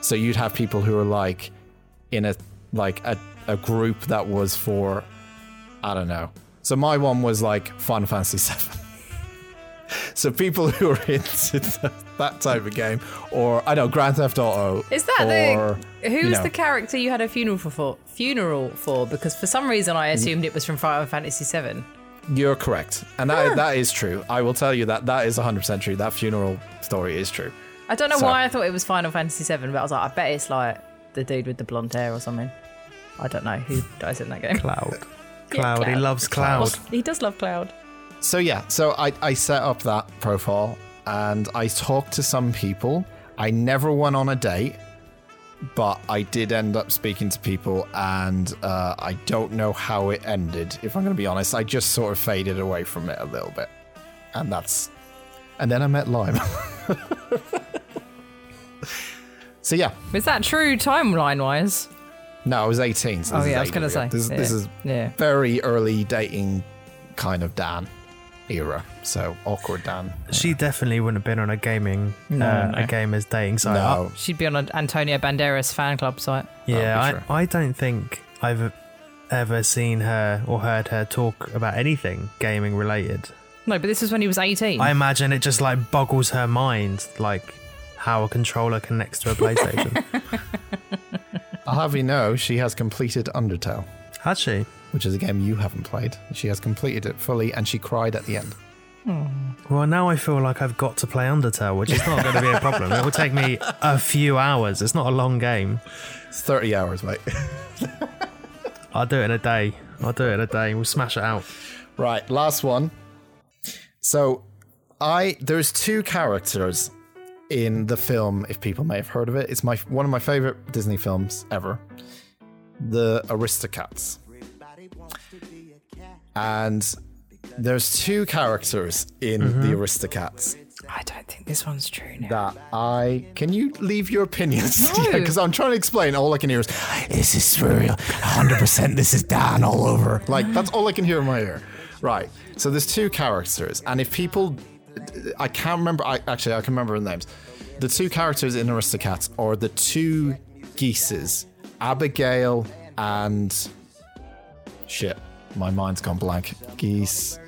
So you'd have people who were like in a like a, a group that was for I don't know. So my one was like Final Fantasy Seven. So people who are into th- that type of game, or I know Grand Theft Auto, Is that or, the you who was know, the character you had a funeral for? Funeral for because for some reason Mm-hmm. I assumed it was from Final Fantasy VII. You're correct, and that that is true. I will tell you that that is 100 percent true. That funeral story is true. I don't know So- why I thought it was Final Fantasy VII, but I was like, I bet it's like the dude with the blonde hair or something. I don't know who dies in that game. Cloud. Yeah, Cloud. He Cloud. loves Cloud. He does love Cloud. So yeah, so I I set up that profile and I talked to some people. I never went on a date, but I did end up speaking to people, and uh, I don't know how it ended. If I'm going to be honest, I just sort of faded away from it a little bit, and that's. And then I met Lime. so yeah, Is that true timeline wise? no, I was 18. So this Oh is yeah, I was eight gonna years ago. say. this, yeah. this is yeah. very early dating, kind of Dan era. So awkward Dan. She definitely wouldn't have been on a gaming, uh, a gamer's dating site. No, She'd be on an Antonio Banderas fan club site. Yeah, for I, sure. I don't think I've ever seen her or heard her talk about anything gaming related. No, but this was when he was 18. I imagine it just like boggles her mind, like how a controller connects to a PlayStation. I'll have you know she has completed Undertale, Had she? which is a game you haven't played. She has completed it fully, and she cried at the end. Well, now I feel like I've got to play Undertale, which is not going to be a problem. It will take me a few hours. It's not a long game. It's thirty hours, mate. I'll do it in a day. I'll do it in a day. We'll smash it out. right, last one. So, I there's two characters in the film. If people may have heard of it, it's my one of my favorite Disney films ever, the Aristocats. And there's two characters in the Aristocats I don't think this one's true now. that I can you leave your opinions No. because I'm trying to explain. All I can hear is this is for real, 100. percent This is Dan all over. Like that's all I can hear in my ear. Right. So there's two characters, and if people, I can't remember. I actually I can remember the names. The two characters in Aristocats are the two geeses, Abigail and shit. My mind's gone blank. Geese.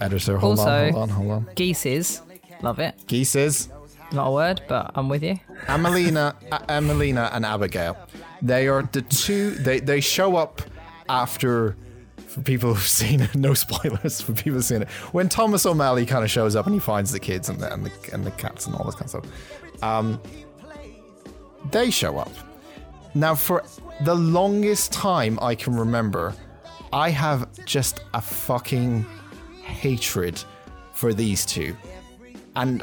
Editor, hold Also- on, hold on, hold on. Geeses. Love it. Geeses. Not a word, but I'm with you. Amelina, A- Amelina, and Abigail. They are the two. They they show up after. For people who've seen it, no spoilers for people who've seen it. When Thomas O'Malley kind of shows up and he finds the kids and the and the, and the cats and all this kind of stuff, um, they show up. Now, for the longest time I can remember, I have just a fucking hatred for these two, and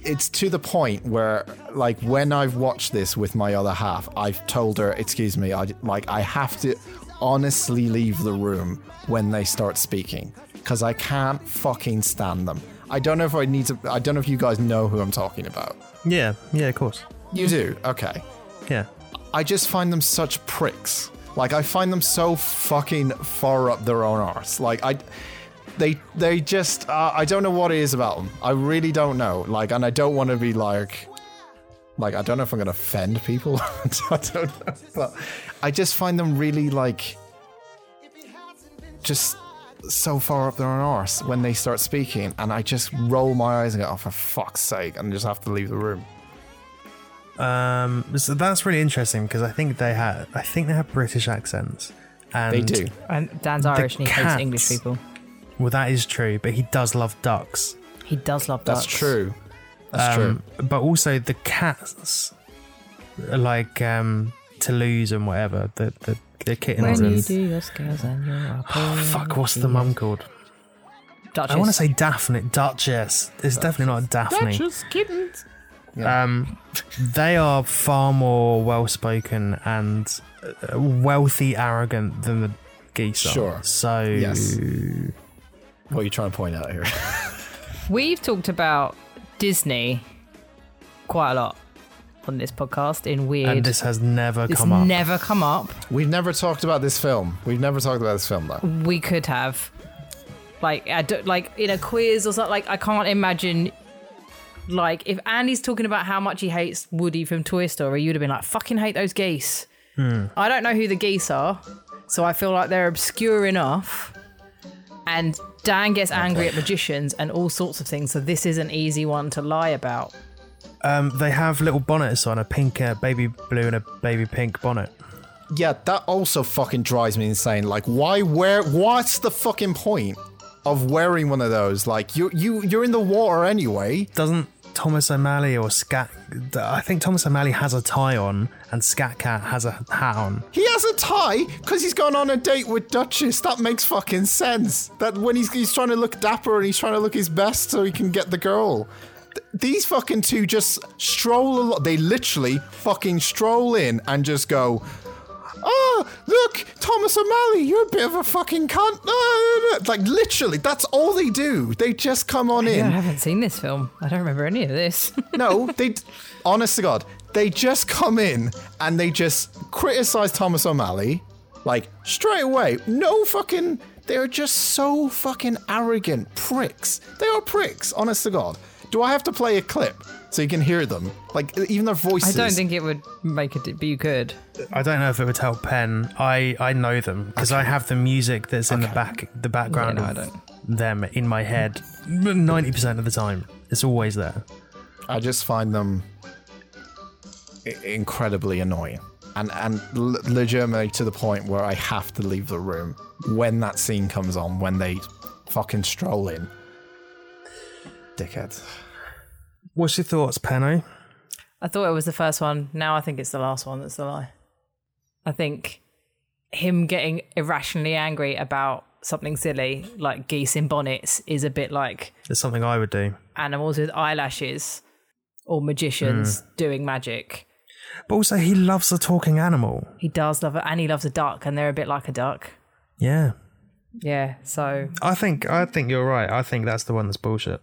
it's to the point where like when I've watched this with my other half, I've told her, "Excuse me, I like I have to honestly leave the room when they start speaking because I can't fucking stand them." I don't know if I need to. I don't know if you guys know who I'm talking about. Yeah, yeah, of course. You do, okay. Yeah. I just find them such pricks. Like I find them so fucking far up their own arse. Like I, they they just uh, I don't know what it is about them. I really don't know. Like and I don't want to be like. Like I don't know if I'm gonna offend people. I don't know, but I just find them really like just so far up their own arse when they start speaking, and I just roll my eyes and go, "Oh, for fuck's sake!" and just have to leave the room. Um, so that's really interesting because I think they had, I think they had British accents. And They do. And Dan's Irish and he hates cats. English people. Well, that is true, but he does love ducks. He does love That's um, ducks. true. That's true. Um, But also the cats, like um, Toulouse and whatever, the the, the kittens When you and do your scales and your oh, fuck, what's the mum called? I want to say Daphne, Duchess. It's definitely not Daphne. kittens. Um, they are far more well spoken and uh, wealthy, arrogant than the geese are. Sure. So Yes. What are you trying to point out here? We've talked about Disney quite a lot on this podcast in weird. and this has never it's come up. never come up. We've never talked about this film. We've never talked about this film though. We could have, like, I don't, like in a quiz or something. Like, I can't imagine. Like, if Andy's talking about how much he hates Woody from Toy Story, you'd have been like, "Fucking hate those geese." I don't know who the geese are, so I feel like they're obscure enough. And Dan gets angry at magicians and all sorts of things, so this is an easy one to lie about. Um, they have little bonnets on a pink, uh, baby blue, and a baby pink bonnet. Yeah, that also fucking drives me insane. Like, why wear? What's the fucking point of wearing one of those? Like, you you you're in the water anyway. Doesn't Thomas O'Malley or Scat? I think Thomas O'Malley has a tie on, and Scat Cat has a hat on. He has a tie because he's gone on a date with Duchess. That makes fucking sense. That when he's he's trying to look dapper and he's trying to look his best so he can get the girl. Th- These fucking two just stroll along. They literally fucking stroll in and just go, Oh, look, Thomas O'Malley, you're a bit of a fucking cunt. Ah, Like, literally, that's all they do. They just come on I in. haven't seen this film. I don't remember any of this. No, they, honest to God, they just come in and they just criticize Thomas O'Malley, like straight away. No fucking, they are just so fucking arrogant pricks. They are pricks, honest to God. Do I have to play a clip so you can hear them? Like even their I voices. don't think it would make it, but you could. I don't know if it would help Pen. I, I know them because I have the music that's in the back the background Yeah, no, of I them in my head ninety percent of the time. It's always there. I just find them i- incredibly annoying and and l- legitimately to the point where I have to leave the room when that scene comes on when they fucking stroll in. Dickheads. What's your thoughts, Penno? I thought it was the first one. Now I think it's the last one that's the lie. I think him getting irrationally angry about something silly, like geese in bonnets, is a bit like It's something I would do. animals with eyelashes or magicians doing magic. But also, he loves the talking animal. He does love it, and he loves a duck, and they're a bit like a duck. Yeah, Yeah, so I think I think you're right. I think that's the one that's bullshit.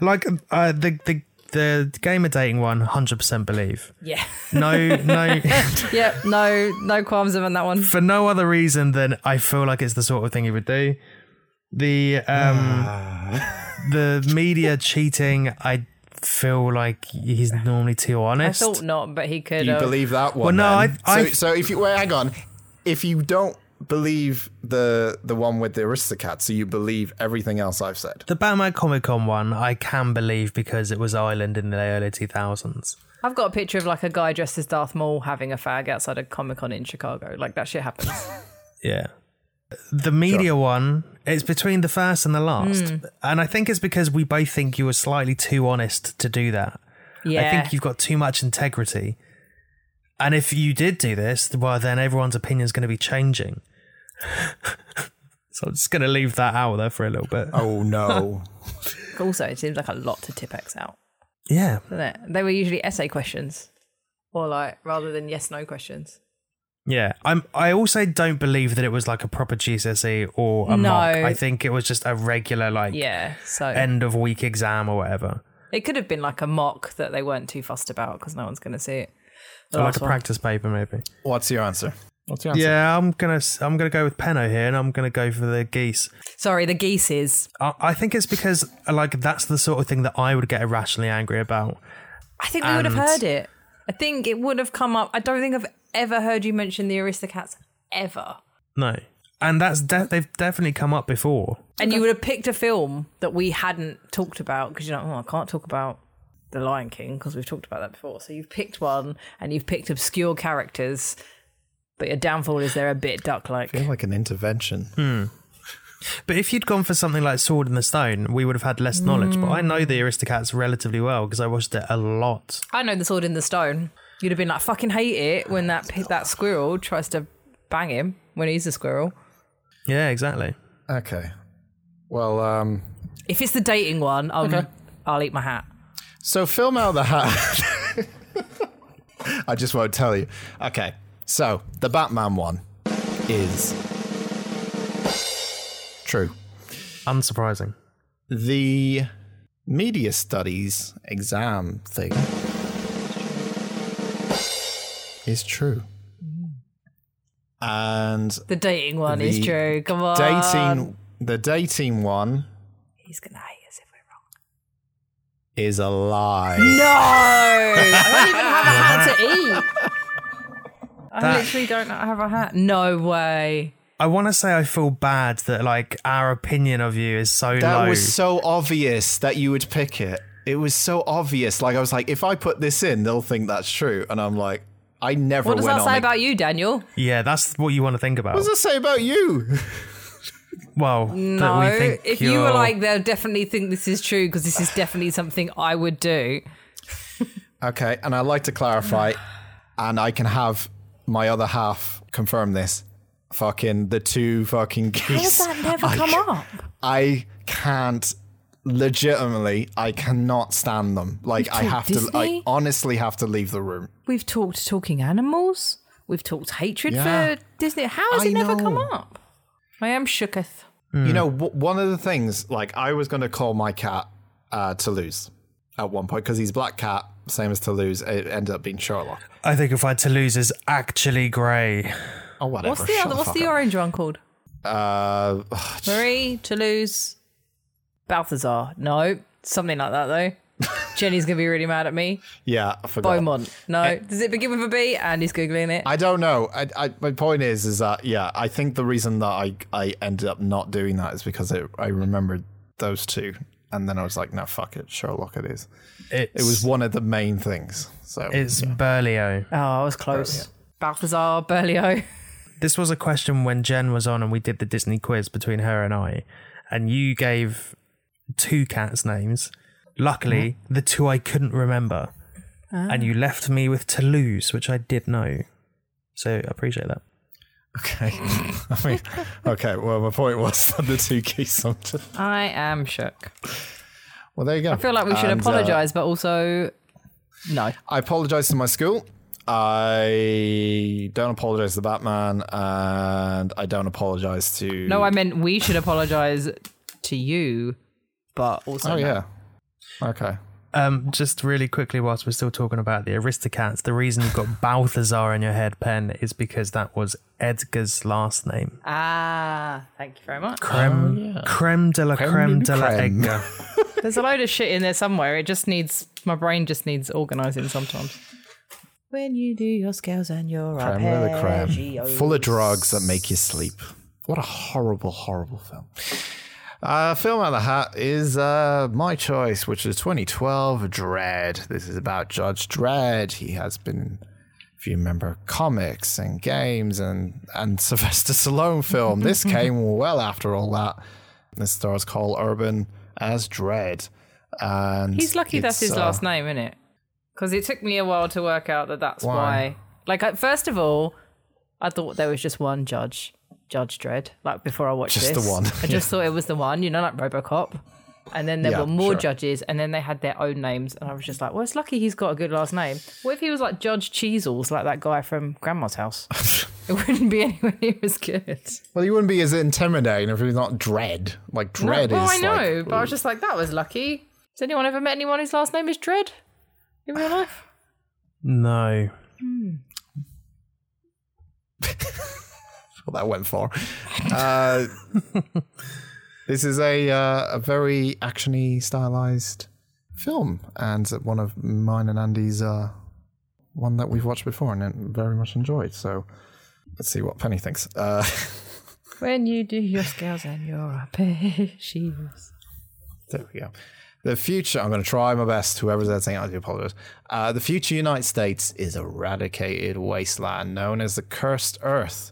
Like uh, the the the gamer dating one, hundred percent believe. yeah, No, no. yeah, no, no qualms about that one. for no other reason than I feel like it's the sort of thing he would do. The um the media cheating, I feel like he's normally too I honest. thought not, but he could. You have. believe that one? Well, no, then. I- I- so, so if you wait, hang on. If you don't believe the the one with the aristocrat, so you believe everything else I've said. the Batman Comic Con one, I can believe because it was Ireland in the early 2000s. I've got a picture of like a guy dressed as Darth Maul having a fag outside a Comic Con in Chicago. Like that shit happens. Yeah. The media one, it's between the first and the last. Hmm. And I think it's because we both think you were slightly too honest to do that. Yeah. I think you've got too much integrity. And if you did do this, well, then everyone's opinion's going to be changing. so I'm just going to leave that out there for a little bit. Oh no! Also, it seems like a lot to Tipex out, Yeah. doesn't it? They were usually essay questions, or like rather than yes no questions. Yeah. I'm, I also don't believe that it was like a proper GCSE E or a No. mock. I think it was just a regular, like, Yeah, so end of week exam or whatever. it could have been like a mock that they weren't too fussed about because no one's going to see it. The Or like last a one. practice paper, maybe. What's your answer? What's your answer? Yeah, I'm gonna s- I'm gonna go with Penno here, and I'm gonna go for the geese. Sorry, the geese is. I, I think it's because like that's the sort of thing that I would get irrationally angry about. I think we would have And- heard it. I think it would have come up. I don't think I've ever heard you mention the Aristocats ever. No, and that's de- they've definitely come up before. And you would have picked a film that we hadn't talked about because you're like, oh, I can't talk about The Lion King because we've talked about that before. So you've picked one and you've picked obscure characters, but your downfall is they're a bit duck like. Feel like an intervention. But if you'd gone for something like Sword in the Stone, we would have had less knowledge. But I know the Aristocats relatively well because I watched it a lot. I know The Sword in the Stone. You'd have been like, fucking hate it when that pi- that squirrel tries to bang him when he's a squirrel. Yeah, exactly. Okay. Well, um, If it's the dating one, i I'll eat my hat. so film out the hat. I just won't tell you. Okay. So the Batman one is true. Unsurprising. The media studies exam thing is true. And The dating one is The true. Come on. Um, dating the dating one He's going to hate us if we're wrong. is a lie. No! I don't even have a hat to eat. I literally don't have a hat. No way. I want to say I feel bad that like our opinion of you is so That low. was so obvious that you would pick it. It was so obvious. Like I was like, if I put this in, they'll think that's true. And I'm like, I never What does went that on. say a- about you, Daniel? yeah, that's what you want to think about. what does that say about you? well, that No. we think If you're... you were like, they'll definitely think this is true because this is definitely something I would do. Okay, and I'd like to clarify, and I can have my other half confirm this. Fucking the two fucking geese. I c- up? I can't legitimately. I cannot stand them. Like I talked have to. I Disney? honestly have to leave the room. We've talked talking animals. We've talked hatred Yeah. for Disney. How has I it never come know. up? I am shooketh. You know, w- one of the things, like, I was going to call my cat uh, Toulouse at one point because he's black cat, same as Toulouse. It ended up being Sherlock. I think if I had to lose is actually grey. Oh, whatever. What's the shut other? What's fuck the up. orange one called? Uh, ugh, Marie, Toulouse, Balthazar. No, something like that though. Jenny's gonna be really mad at me. yeah, I forgot. Beaumont. No, does it begin with a B? Andy's googling it. I don't know. I, I, my point is, is that yeah, I think the reason that I, I ended up not doing that is because I, I remembered those two, and then I was like, no, fuck it, Sherlock. It is. It's, It was one of the main things. So It's Berlio. oh, I was close. Balthazar, Berlioz. This was a question when Jen was on and we did the Disney quiz between her and I, and you gave two cats' names. Luckily, the two I couldn't remember, and you left me with Toulouse, which I did know. So I appreciate that. okay. I mean, okay. Well, my point was that the two keys. I'm just- I am shook. Well, there you go. uh, I feel like we should apologise, but also no. I apologize to my school. I don't apologize to Batman, and I don't apologize to. No, I meant we should apologise to you, but also Oh no. yeah. Okay. Um, just really quickly, whilst we're still talking about the Aristocats, the reason you've got Balthazar in your head, Pen, is because that was Edgar's last name. Ah, thank you very much. Creme, creme de la Oh, creme, de la creme. Edgar. There's a load of shit in there somewhere. It just needs my brain just needs organising sometimes. When you do your scales and your Creme de la creme. Full of drugs that make you sleep. What a horrible, horrible film. Uh, film out of the hat is uh, my choice, which is 2012 Dread. This is about Judge Dredd. He has been, if you remember, comics and games and and Sylvester Stallone film. this came well after all that. This stars Carl Urban as Dredd. And He's lucky that's it's, his uh, last name, isn't it? Because it took me a while to work out that that's why. Why? Like, I, first of all, I thought there was just one judge, Judge Dredd. Like before I watched Just the this. one. I just thought it was the one. You know, like RoboCop. And then there Yeah, were more sure. judges, and then they had their own names, and I was just like, "Well, it's lucky he's got a good last name. What if he was like Judge Cheezels, like that guy from Grandma's House? it wouldn't be anywhere near as good." Well, he wouldn't be as intimidating if he's not Dread. Like No, Dread well, is. I know, like, but I was just like, that was lucky. Has anyone ever met anyone whose last name is Dread in real life? No. what that went for. Uh, this is a uh, a very actiony stylized film, and one of mine and Andy's uh, one that we've watched before and very much enjoyed. So let's see what Penny thinks. Uh, When you do your scales and your sheaves. There we go. The future, I'm going to try my best, whoever's editing, I do apologize. Uh, the future United States is eradicated wasteland known as the Cursed Earth.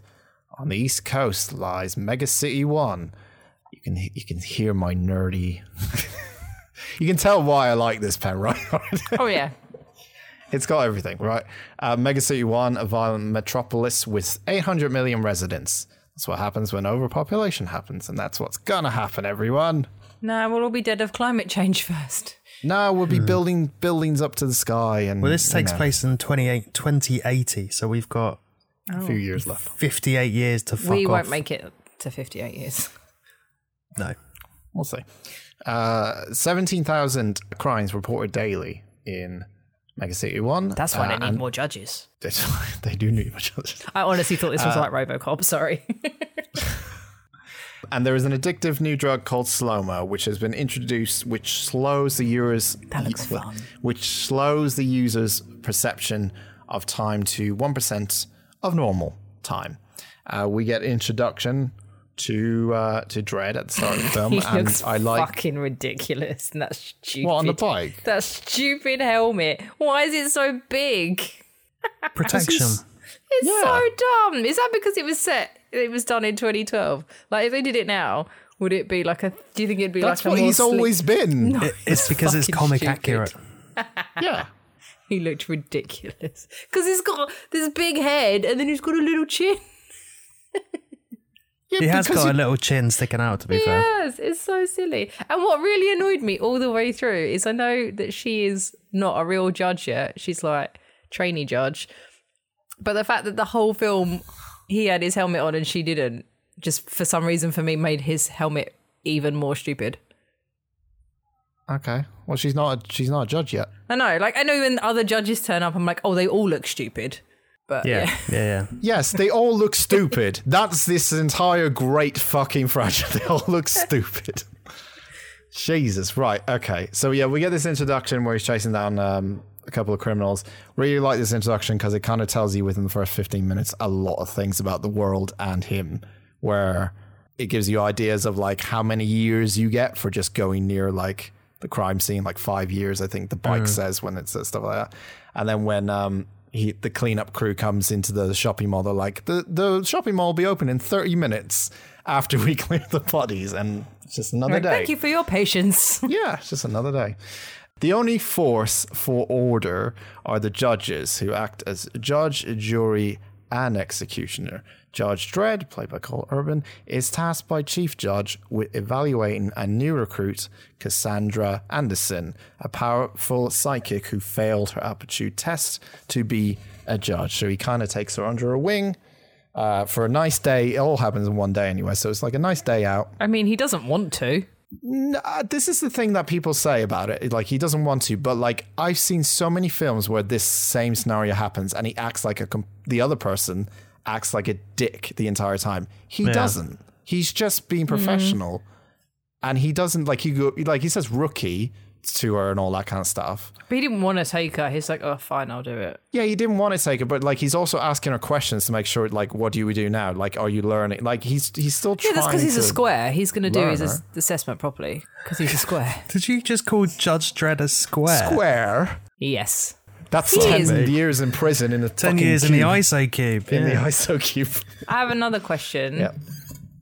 On the east coast lies Mega City 1. You can you can hear my nerdy. you can tell why I like this pen, right? Oh yeah. It's got everything, right? Uh, Mega City 1, a violent metropolis with 800 million residents. That's what happens when overpopulation happens, and that's what's going to happen, everyone. No, we'll all be dead of climate change first. No, we'll be building buildings up to the sky, and Well, this you takes know, place in 28, 2080, so we've got Oh, a few years left. 58 years to fuck we off. won't make it to 58 years. No. We'll see. Uh, Seventeen thousand crimes reported daily in Mega City One. That's why uh, they need and- more judges. That's why they do need much. I honestly thought this was Uh, like RoboCop. Sorry. And there is an addictive new drug called Slowmo, which has been introduced, which slows the users. That looks fun. Which slows the user's perception of time to one percent of normal time. Uh, we get introduction to uh, to Dread at the start of the film, he and looks I like fucking ridiculous, and that's stupid. What, on the bike? That stupid helmet. Why is it so big? Protection. It's so dumb. Is that because it was set? It was done in 2012. Like if they did it now, would it be like a? Do you think it'd be That's like what a? more he's sleek- always been. It- it's because it's fucking comic stupid. accurate. yeah. He looked ridiculous because he's got this big head and then he's got a little chin. He has because got a you- little chin sticking out, to be fair. Yes, it's so silly. And what really annoyed me all the way through is I know that she is not a real judge yet. She's like trainee judge. But the fact that the whole film he had his helmet on and she didn't, just for some reason for me made his helmet even more stupid. Okay. Well, she's not. A, she's not a judge yet. I know, like I know when other judges turn up, I'm like, oh, they all look stupid. But yeah. Yeah, yeah, yeah. Yes, they all look stupid. That's this entire great fucking franchise. They all look stupid. Jesus. Right. Okay. So yeah, we get this introduction where he's chasing down um, a couple of criminals. Really like this introduction because it kind of tells you within the first fifteen minutes a lot of things about the world and him. Where it gives you ideas of like how many years you get for just going near like the crime scene, like five years, I think the Mm. bike says when it says stuff like that. And then when um he the cleanup crew comes into the shopping mall, they're like, the the shopping mall will be open in thirty minutes after we clear the bodies and it's just another Like, day. Thank you for your patience. Yeah, it's just another day. The only force for order are the judges who act as judge, jury, and executioner. Judge Dredd, played by Cole Urban, is tasked by Chief Judge with evaluating a new recruit, Cassandra Anderson, a powerful psychic who failed her aptitude test to be a judge. So he kind of takes her under a wing uh, for a nice day. It all happens in one day anyway, so it's like a nice day out. I mean, he doesn't want to. Uh, this is the thing that people say about it. Like he doesn't want to, but like I've seen so many films where this same scenario happens, and he acts like a com- the other person acts like a dick the entire time. He doesn't. He's just being Mm-hmm. professional, and he doesn't like he go, like he says rookie to her and all that kind of stuff. But he didn't want to take her. He's like, oh, fine, I'll do it. Yeah, he didn't want to take it, but like he's also asking her questions to make sure like what do we do now? Like are you learning? Like he's he's still Yeah, trying. that's because he's a to- square. He's going to do his learn, ass- assessment properly because he's a square. Did you just call Judge Dredd a square? square. yes. That's He ten is- years in prison in a 10 fucking years in the cube. ISO cube. in the yeah. ISO cube. I have another question. Yeah.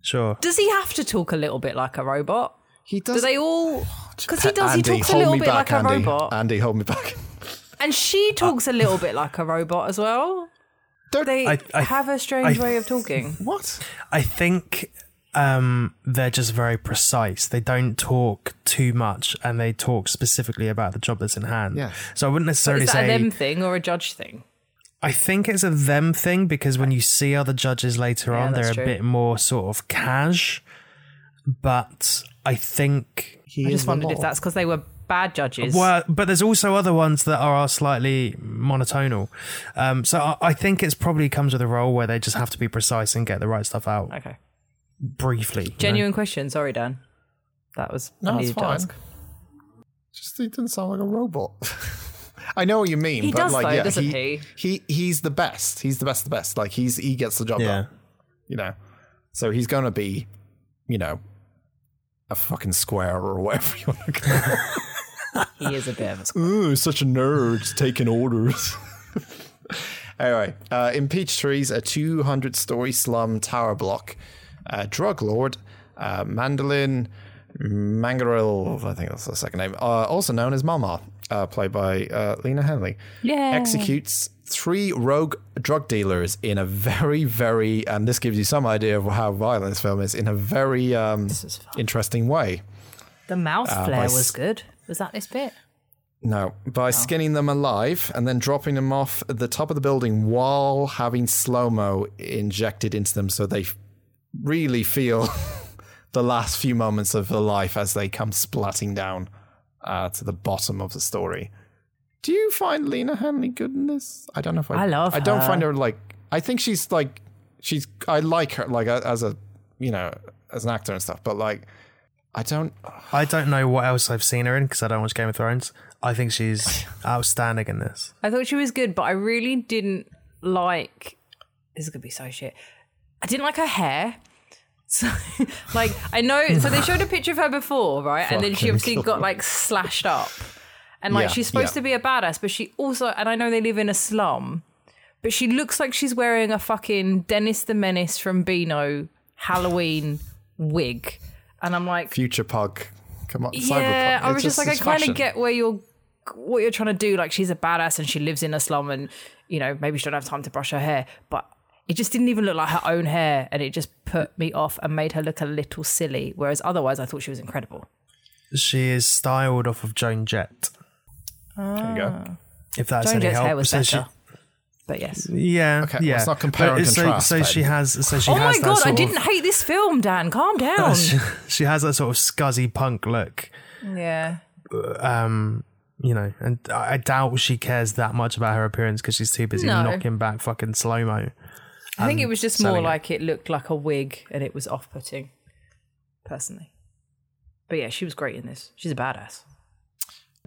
Sure. Does he have to talk a little bit like a robot? He does. Do they all? Because he does. he talks a little bit like Andy. a robot, Andy, hold me back. and she talks a little bit like a robot as well. Don't- they I- I- have a strange I- way of talking? What? I think um, they're just very precise. They don't talk too much and they talk specifically about the job that's in hand. Yes. So I wouldn't necessarily Is that say. a them thing or a judge thing? I think it's a them thing because when you see other judges later Yeah, on, they're that's a true. bit more sort of cash. But I think He I just wondered if that's because they were bad judges. Well, but there's also other ones that are slightly monotonal. Um, so I, I think it's probably comes with a role where they just have to be precise and get the right stuff out Okay. briefly. you know? Genuine question. Sorry, Dan. That was I No, it's needed to fine. ask. Just he didn't sound like a robot. I know what you mean. He but does like, though, yeah, doesn't he? he? He's the best. He's the best. The best. Like he's he gets the job Yeah. done. You know, so he's gonna be, you know, a fucking square or whatever you want to call. it. He is a bit of a Ooh, such a nerd taking orders. anyway, uh, in Peachtree's a 200 story slum tower block, uh, drug lord, uh, Mandolin Mangaril, I think that's the second name, uh, also known as Mama, uh, played by uh, Lena Henley, Yay. executes three rogue drug dealers in a very, very, and this gives you some idea of how violent this film is, in a very um, is fun. interesting way. The mouth flare by was s- good. Was that this bit? No, by skinning them alive and then dropping them off at the top of the building while having slow mo injected into them so they f- really feel the last few moments of their life as they come splatting down uh, to the bottom of the story. Do you find Lena Hanley good in this? I don't know if I. I love I don't her. find her like. I think she's like. She's. I like her like a- as a, you know, as an actor and stuff. But like, I don't. I don't know what else I've seen her in because I don't watch Game of Thrones. I think she's outstanding in this. I thought she was good, but I really didn't like. This is gonna be so shit. I didn't like her hair. So, like, I know. So they showed a picture of her before, right? And then she obviously got like slashed up, and like Yeah, she's supposed yeah. to be a badass, but she also, and I know they live in a slum, but she looks like she's wearing a fucking Dennis the Menace from Beano Halloween wig, and I'm like, Future Pug. Come on, yeah, Cyberpunk. I It's was just, like, I it's kind fashion. of get where you're, what you're trying to do. Like, she's a badass and she lives in a slum, and you know, maybe she don't have time to brush her hair, but it just didn't even look like her own hair, and it just put me off and made her look a little silly. Whereas otherwise, I thought she was incredible. She is styled off of Joan Jett. There you go. If that's Joan any Jett's help. hair was So she- better, but yes. yeah. Okay, well, yeah. let's not compare and it's so, contrast, So then. she has. So she Oh has my that god, sort I of- didn't hate this film, Dan. Calm down. she, she has that sort of scuzzy punk look, yeah. um, you know, and I I doubt she cares that much about her appearance because she's too busy No. knocking back fucking slow mo. I think it was just selling more it. like it looked like a wig and it was off putting, personally. But yeah, she was great in this. She's a badass.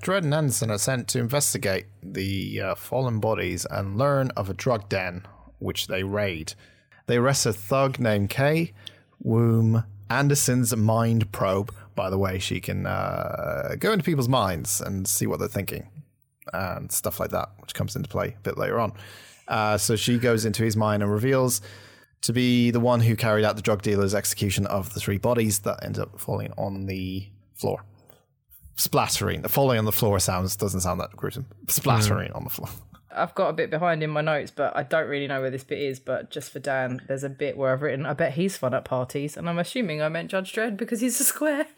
Dredd and Anderson are sent to investigate the uh, fallen bodies and learn of a drug den, which they raid. They arrest a thug named Kay, whom Anderson's mind probe. By the way, she can uh, go into people's minds and see what they're thinking and stuff like that, which comes into play a bit later on. Uh, so she goes into his mind and reveals to be the one who carried out the drug dealer's execution of the three bodies that end up falling on the floor splattering. Falling on the floor sounds doesn't sound that gruesome. Mm. Splattering on the floor. I've got a bit behind in my notes, but I don't really know where this bit is. But just for Dan, there's a bit where I've written, I bet he's fun at parties. And I'm assuming I meant Judge Dredd because he's a square.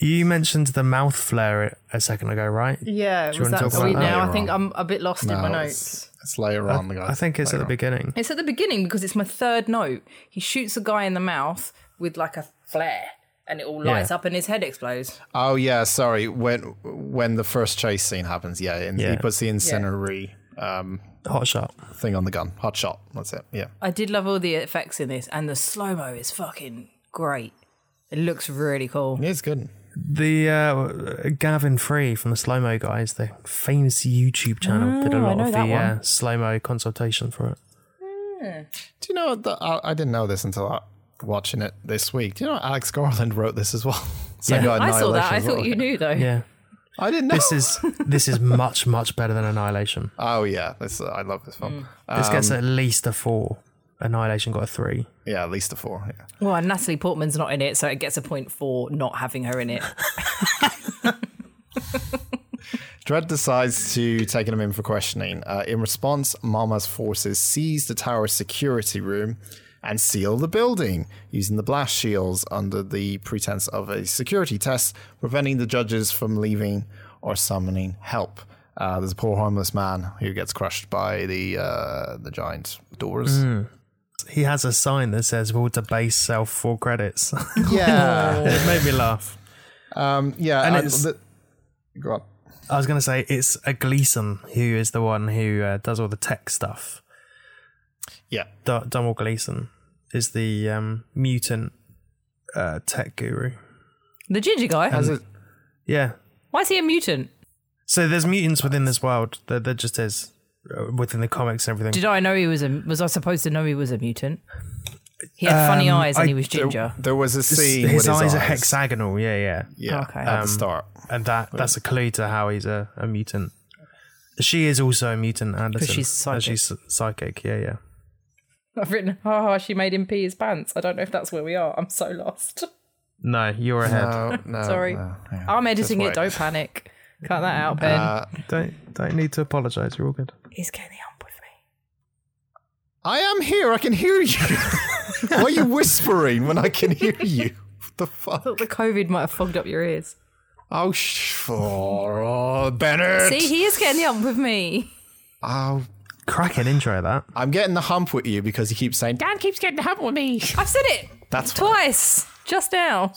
You mentioned the mouth flare a second ago, right? yeah, you wanna was that talk are we about that now? I later think on? I'm a bit lost in my No, notes. It's, it's later on, guys. I think it's at the beginning. It's at the beginning because it's my third note. He shoots a guy in the mouth with like a flare and it all lights Yeah. up and his head explodes. Oh yeah, sorry. When when the first chase scene happens, yeah, and Yeah. he puts the incendiary um, Hot shot. thing on the gun. Hot shot. That's it. Yeah. I did love all the effects in this and the slow mo is fucking great. It looks really cool. It's good. The uh, Gavin Free from the Slow Mo guys, the famous YouTube channel, did a lot Oh, know of that the one. uh, slow mo consultation for it. Do you know that I, I didn't know this until I, watching it this week? Do you know Alex Garland wrote this as well? Same guy, I saw that. Annihilation I as thought well. you knew though. Yeah, I didn't know. this is this is much much better than Annihilation. oh yeah, this I love this Mm. film. This gets at least a four. Annihilation got a three. Yeah, at least a four. Yeah. Well, and Natalie Portman's not in it, so it gets a point for not having her in it. Dredd decides to take him in for questioning. Uh, in response, Mama's forces seize the tower's security room and seal the building using the blast shields under the pretense of a security test, preventing the judges from leaving or summoning help. Uh, there's a poor homeless man who gets crushed by the uh, the giant doors. He has Oh, a sign that says "We'll debase self for credits." Yeah, it made me laugh. Um, yeah, And I- it's- the- go on. I was going to say it's a Gleason who is the one who uh, does all the tech stuff. Yeah, D- Donald Gleason is the um, mutant uh, tech guru. The ginger guy. Yeah. Why is he a mutant? So there's mutants within this world. There, there just is uh, within the comics and everything. Did I know he was a? Was I supposed to know he was a mutant? He had funny Um, eyes and I- he was ginger. there was a scene. his, with eyes, are Um, hexagonal. Yeah, yeah. Yeah, Okay. at the start. And that that's a clue to how he's a, a mutant. She is also a mutant, Anderson. she's psychic. And she's psychic. Yeah, yeah. I've written, haha, she made him pee his pants. I don't know if that's where we are. I'm so lost. No, you're ahead. Oh, no, Sorry. no, yeah. I'm editing Just it. wait. Don't panic. Cut that out, Ben. Uh, Don't don't need to apologise. You're all good. He's getting up with me. I am here. I can hear you. why are you whispering when I can hear you? What the fuck? The COVID might have fogged up your ears. Oh, sh- oh, Bennett. See, he is getting the hump with me. Oh, Cracking intro that. I'm getting the hump with you because he keeps saying, Dan keeps getting the hump with me. I've said it That's fine. twice just now.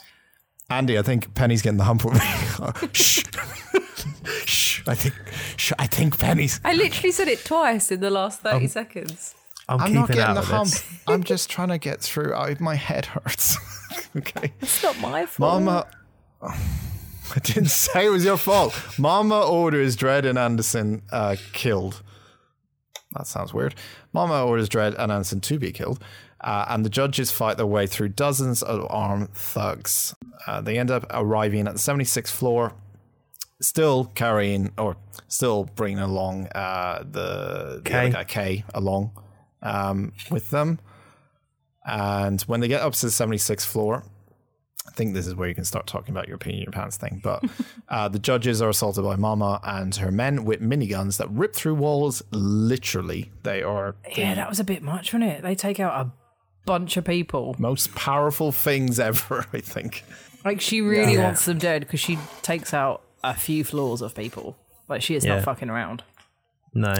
Andy, I think Penny's getting the hump with me. shh. shh. I think, shh, I think Penny's. I literally said it twice in the last thirty Um, seconds. I'm, I'm keeping not getting out the of hump. this. I'm just trying to get through. I, my head hurts. okay. It's not my fault. Mama. I didn't say it was your fault. Mama orders Dredd and Anderson uh, killed. That sounds weird. Mama orders Dredd and Anderson to be killed, uh, and the judges fight their way through dozens of armed thugs. Uh, they end up arriving at the 76th floor, still carrying or still bringing along uh, the, the other Kay. guy, K along um, with them. And when they get up to the 76th floor, I think this is where you can start talking about your opinion, your pants thing. But uh, the judges are assaulted by Mama and her men with miniguns that rip through walls. Literally, they are the Yeah, that was a bit much, wasn't it? They take out a bunch of people. most powerful things ever. I think. Like she really Yeah. wants them dead because she takes out a few floors of people. Like she is Yeah. not fucking around. No.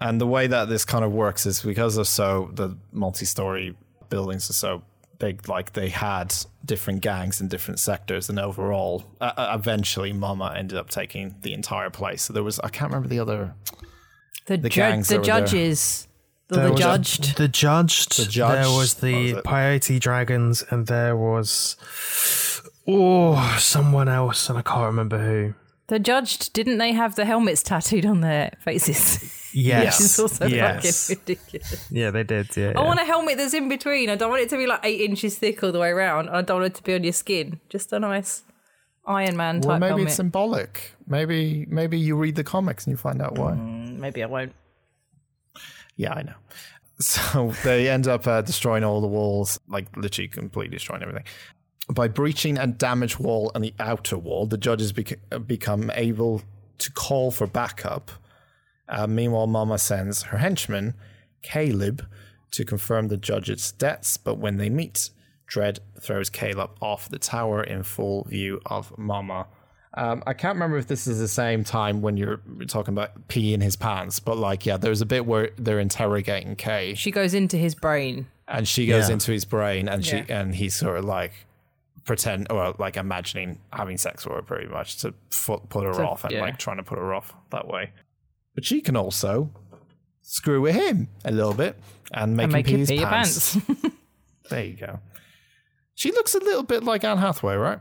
And the way that this kind of works is because they're so the multi-story buildings are so big. Like they had different gangs in different sectors, and overall, uh, uh, eventually, Mama ended up taking the entire place. So there was I can't remember the other The, gangs judge, that the were there. judges, the, There the was a- judged. The judged. The judged, There was the that was it. Piety Dragons, and there was oh someone else, and I can't remember who. The judged, didn't they have the helmets tattooed on their faces? Yes. Which is also yes. fucking ridiculous. Yeah, they did. Yeah. I yeah. want a helmet that's in between. I don't want it to be like eight inches thick all the way around. I don't want it to be on your skin. Just a nice Iron Man type Well, maybe helmet. it's symbolic. Maybe maybe you read the comics and you find out why. Maybe I won't. Yeah, I know. So they end up uh, destroying all the walls, like literally completely destroying everything. By breaching a damaged wall and the outer wall, the judges bec- uh, become able to call for backup. Uh, meanwhile, Mama sends her henchman, Caleb, to confirm the judges' debts, but when they meet, Dredd throws Caleb off the tower in full view of Mama. Um, I can't remember if this is the same time when you're talking about pee in his pants, but like, yeah, there's a bit where they're interrogating Kay, She goes into his brain. and she goes Yeah. into his brain, and she and he's sort of like pretend or like imagining having sex with her pretty much to fu- put her off and yeah. like trying to put her off that way. But she can also screw with him a little bit and make him make pee him his pee your pants. there you go. She looks a little bit like Anne Hathaway, right?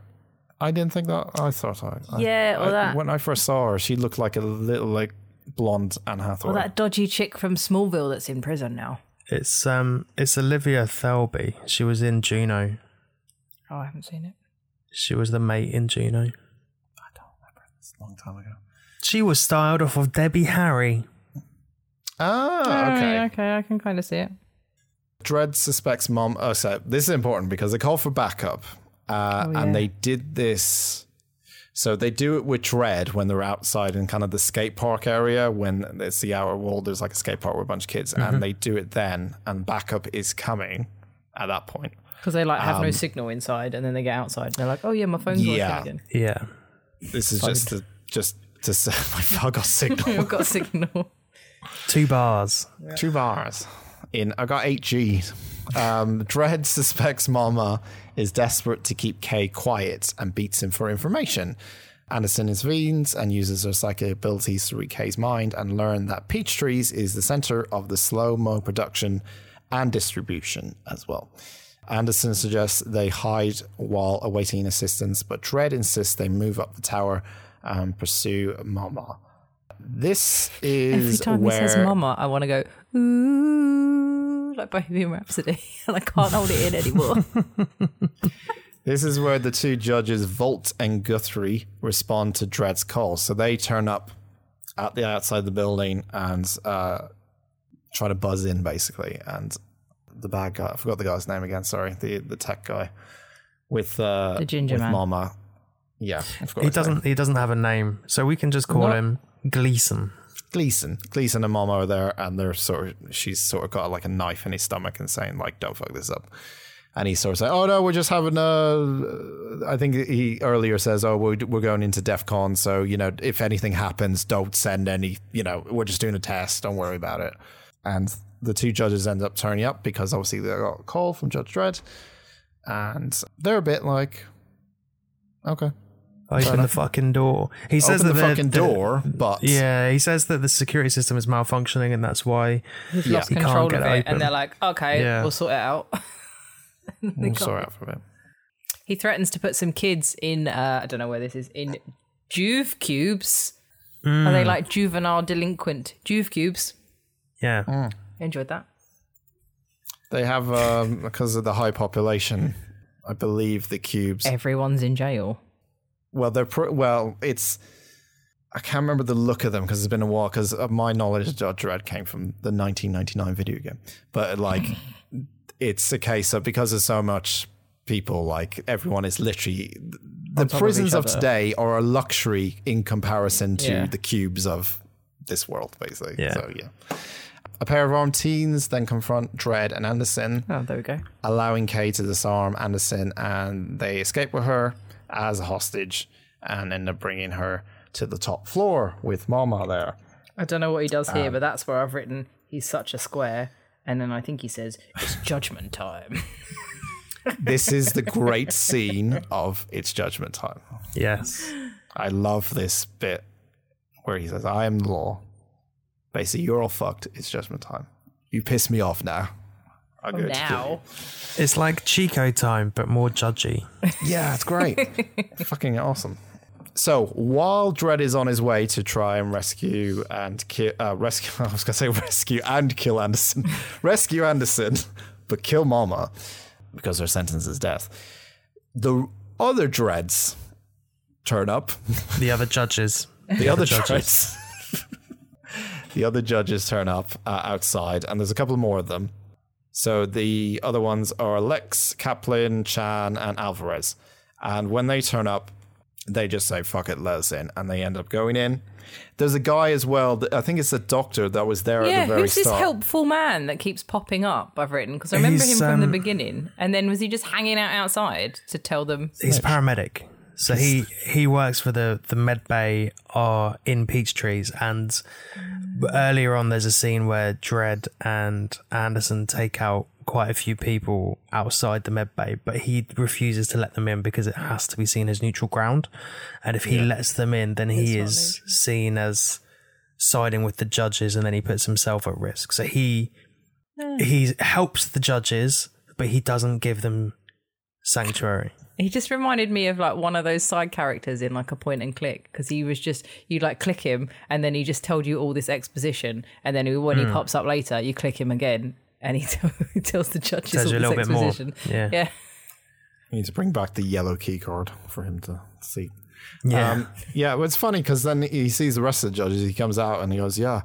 I didn't think that. I thought I. I Yeah, or I- that- When I first saw her, she looked like a little like blonde Anne Hathaway. Or that dodgy chick from Smallville that's in prison now. It's um, it's Olivia Thelby. She was in Juno. Oh, I haven't seen it. She was the mate in Juno. It's a long time ago. She was styled off of Debbie Harry. Ah, Mm, Oh, okay. okay, I can kind of see it. Dredd suspects mom. Oh, so this is important because they call for backup, uh, and they did this. So they do it with Dredd when they're outside in kind of the skate park area when it's the outer wall. There's like a skate park with a bunch of kids, and they do it then. And backup is coming at that point. Because they like have no signal inside, and then they get outside, and they're like, "Oh yeah, my phone's Yeah. working again." Yeah. This is just to, just to say my fuck off signal. We've got a signal. Two bars. Two bars in. I got eight G's. Um, Dread suspects Mama is desperate to keep Kay quiet and beats him for information. Anderson intervenes and uses her psychic abilities to read Kay's mind and learn that Peach Trees is the center of the slow mo production and distribution as well. Anderson suggests they hide while awaiting assistance, but Dread insists they move up the tower and pursue Mama. This is Every time where he says "mama," I want to go ooh, like Bohemian Rhapsody, and I can't hold it in anymore. This is where the two judges, Volt and Guthrie, respond to Dred's call. So they turn up at the outside of the building and uh, try to buzz in, basically. And the bad guy, I forgot the guy's name again, sorry, the, the tech guy with uh, The ginger with man. Mama. Yeah, I forgot He his name. doesn't. He doesn't have a name, so we can just call him Gleason. Gleason. Gleason and Mama are there, and they're sort of, she's sort of got like a knife in his stomach and saying like, "Don't fuck this up." And he's sort of saying, "Oh no, we're just having a." I think he earlier says, "Oh, we're, we're going into DEF CON, so you know, if anything happens, don't send any. You know, we're just doing a test. Don't worry about it." And the two judges end up turning up because obviously they got a call from Judge Dredd, and they're a bit like, "Okay, Open the fucking door. He says open that the fucking the- door," but Yeah, he says that the security system is malfunctioning, and that's why He's Yeah. lost He can't control of get it, open. and they're like, "Okay, Yeah. we'll sort it out." we'll sort out for him. He threatens to put some kids in, uh, I don't know where this is, in juve cubes. Are they like juvenile delinquent juve cubes? yeah, Mm. Enjoyed that. They have um, because of the high population. I believe the cubes. Eh. Everyone's in jail. Well, they're pr- well. It's I can't remember the look of them because it's been a while. Because of my knowledge, Judge Dredd came from the 1999 video game, but like it's a case of because there's so much people, like everyone is literally the top of prisons each of, other. today are a luxury in comparison to Yeah. the cubes of this world, basically. Yeah. So yeah. A pair of armed teens then confront Dredd and Anderson Oh, there we go. allowing Kay to disarm Anderson, and they escape with her as a hostage and end up bringing her to the top floor with Mama there. I don't know what he does here, but that's where I've written, he's such a square. And then I think he says, it's judgment time. This is the great scene of It's Judgment Time. yes, I love this bit where he says, I am the law. Basically, you're all fucked. It's judgment time. You piss me off now. I'm going to kill you. now. it's like Chico time, but more judgy. Yeah, it's great. Fucking awesome. So while Dredd is on his way to try and rescue and kill, uh, rescue, I was gonna say rescue and kill Anderson, rescue Anderson, but kill Mama because her sentence is death. The other Dreads turn up. The other judges. The other judges. the other judges turn up uh, outside, and there's a couple more of them. So the other ones are Lex, Kaplan, Chan, and Alvarez. And when they turn up, they just say, fuck it, let us in. And they end up going in. There's a guy as well, that, I think it's the doctor that was there Yeah, at the very who's this start. helpful man that keeps popping up? I've written because I remember He's, him from the um, beginning, and then was he just hanging out outside to tell them? He's a paramedic, so he he works for the the med bay are in Peachtrees, and earlier on there's a scene where Dredd and Anderson take out quite a few people outside the med bay, but he refuses to let them in because it has to be seen as neutral ground, and if he lets them in, then he is seen as siding with the judges, and then he puts himself at risk. So he he helps the judges, but he doesn't give them sanctuary. He just reminded me of like one of those side characters in like a point and click because he was just you like click him, and then he just told you all this exposition, and then when Hmm. he pops up later, you click him again, and he, he tells the judges Tells all you a this little bit more. exposition. Yeah. yeah. We need to bring back the yellow key card for him to see. Yeah. Um, yeah, well, it's funny because then he sees the rest of the judges. He comes out and he goes, "Yeah,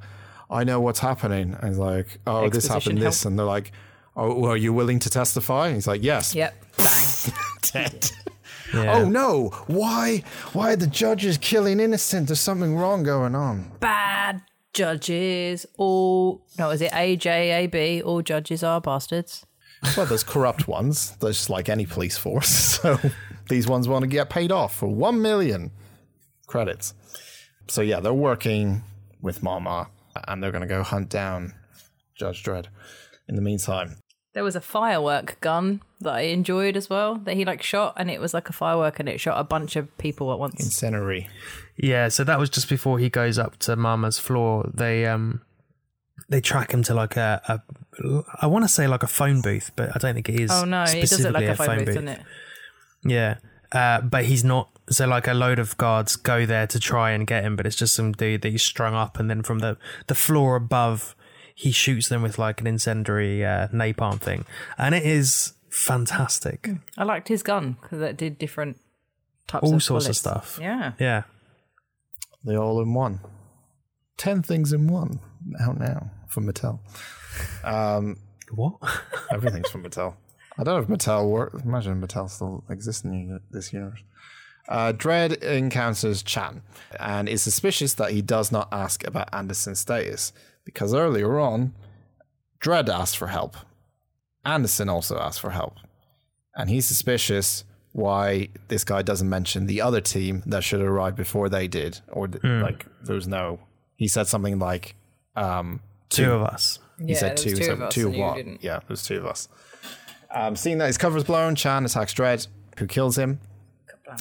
I know what's happening." And he's like, "Oh, this Exposition happened, this," help. and they're like, "Oh, well, are you willing to testify?" And he's like, "Yes." Yep. Bang. Dead. Yeah. Oh no! Why? Why are the judges killing innocent? There's something wrong going on. Bad judges. All no, is it A J A B? All judges are bastards. Well, there's corrupt ones. There's just like any police force. So these ones want to get paid off for one million credits. So yeah, they're working with Mama, and they're going to go hunt down Judge Dredd. In the meantime, There was a firework gun that I enjoyed as well that he like shot, and it was like a firework, and it shot a bunch of people at once. Scenery. Yeah, so that was just before he goes up to Mama's floor. They um they track him to like a, a I want to say like a phone booth, but I don't think it is. Oh no, it does specifically look like a phone, booth, doesn't it? Yeah. Uh, but he's not. So, like, a load of guards go there to try and get him, but it's just some dude that he's strung up. And then from the, the floor above, he shoots them with like an incendiary uh, napalm thing. And it is fantastic. I liked his gun because that did different types All of sorts of bullets. stuff. Yeah. Yeah. They all in one. Ten things in one. Out now from Mattel. What? Everything's from Mattel. I don't know if Mattel work. Imagine Mattel still exists in uni- this universe. Uh, Dread encounters Chan and is suspicious that he does not ask about Anderson's status because earlier on, Dread asked for help. Anderson also asked for help. And he's suspicious why this guy doesn't mention the other team that should have arrived before they did. Or, th- like, there was no. He said something like, um, Two of us. he said there's two, two so of us two and you what? didn't. Yeah, there's two of us. Um, seeing that his cover's blown, Chan attacks Dredd, who kills him.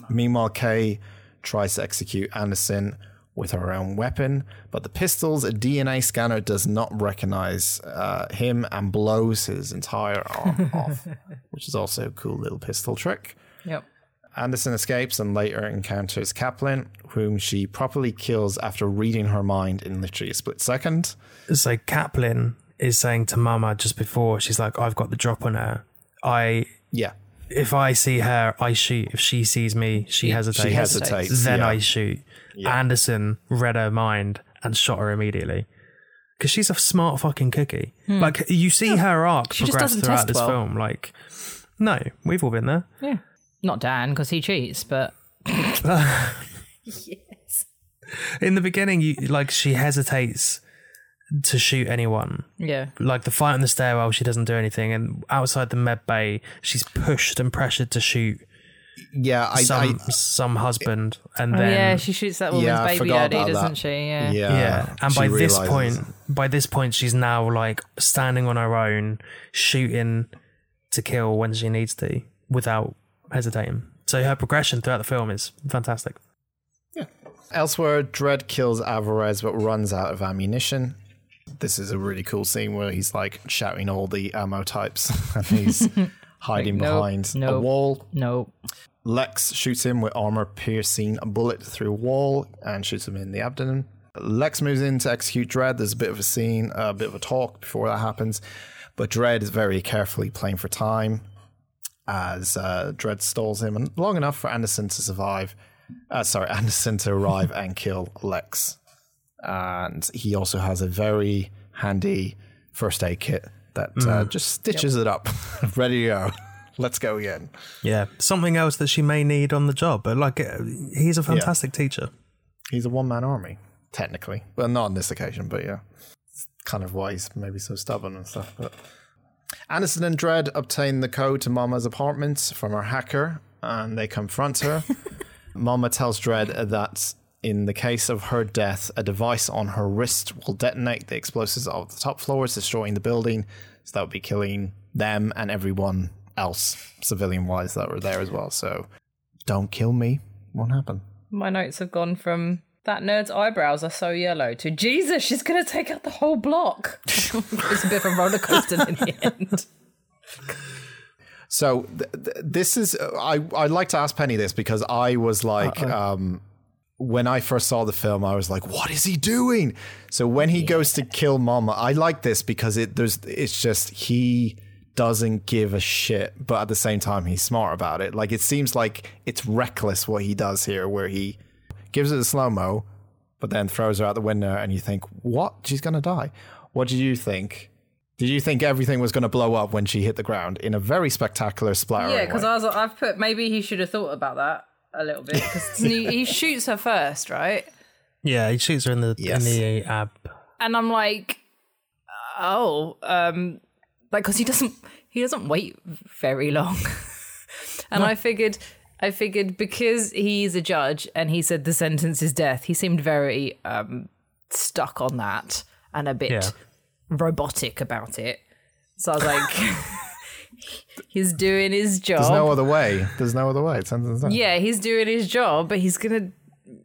Meanwhile, Kay tries to execute Anderson with her own weapon, but the pistol's DNA scanner does not recognize uh, him and blows his entire arm off, which is also a cool little pistol trick. Yep. Anderson escapes and later encounters Kaplan, whom she properly kills after reading her mind in literally a split second. So, Kaplan is saying to Mama just before, she's like, I've got the drop on her. I. Yeah, If I see her, I shoot. If she sees me, she hesitates. she hesitates. then yeah. I shoot. Anderson read her mind and shot her immediately because she's a smart fucking cookie. Like you see her arc Hmm. She just progress doesn't throughout test this well. film. Like, no, we've all been there. Yeah. Not Dan because he cheats, but In the beginning, you like she hesitates to shoot anyone. yeah. Like the fight on the stairwell, she doesn't do anything, and outside the med bay, she's pushed and pressured to shoot Yeah, I, some I some husband, and Oh, then yeah, she shoots that woman's Yeah, I baby forgot daddy, about doesn't that. she? Yeah. yeah, yeah and she by this realizes- point by this point she's now like standing on her own shooting to kill when she needs to without hesitating so her progression throughout the film is fantastic Elsewhere, Dredd kills Alvarez but runs out of ammunition. This is a really cool scene where he's like shouting all the ammo types and he's hiding Like, nope, behind a nope. wall. No. Lex shoots him with armor piercing a bullet through wall and shoots him in the abdomen. Lex moves in to execute Dredd. There's a bit of a scene, a bit of a talk before that happens, but Dredd is very carefully playing for time as uh, Dredd stalls him and long enough for Anderson to survive. Uh, sorry, Anderson to arrive and kill Lex. And he also has a very handy first aid kit that uh, just stitches it up, ready to go. Let's go again. yeah something else that she may need on the job but like uh, he's a fantastic teacher He's a one man army, technically. Well, not on this occasion, but yeah. It's kind of why he's maybe so stubborn and stuff. But Anderson and Dredd obtain the code to Mama's apartment from her hacker, and they confront her. Mama tells Dredd that in the case of her death, a device on her wrist will detonate the explosives of the top floors, destroying the building. So that would be killing them and everyone else, civilian wise, that were there as well. So don't kill me. Won't happen. My notes have gone from that nerd's eyebrows are so yellow to Jesus, she's gonna take out the whole block. It's a bit of a roller coaster in the end. So th- th- this is uh, I I'd like to ask Penny this because I was like um when I first saw the film I was like what is he doing? So when he goes to kill Mama, I like this because it there's it's just he doesn't give a shit, but at the same time he's smart about it. Like it seems like it's reckless what he does here where he gives it a slow-mo but then throws her out the window and you think, "What? She's going to die." What did you think? Did you think everything was going to blow up when she hit the ground in a very spectacular splatter? yeah, because way? I was like, I've put maybe he should have thought about that a little bit. 'cause he, he shoots her first, right? yeah he shoots her in the Yes. in the ab And I'm like, oh, um, like because he doesn't he doesn't wait very long. and I figured, I figured because he's a judge and he said the sentence is death, he seemed very um stuck on that and a bit Yeah. robotic about it. So I was like, He's doing his job. There's no other way. There's no other way. It's something. it's something. yeah, he's doing his job, but he's gonna.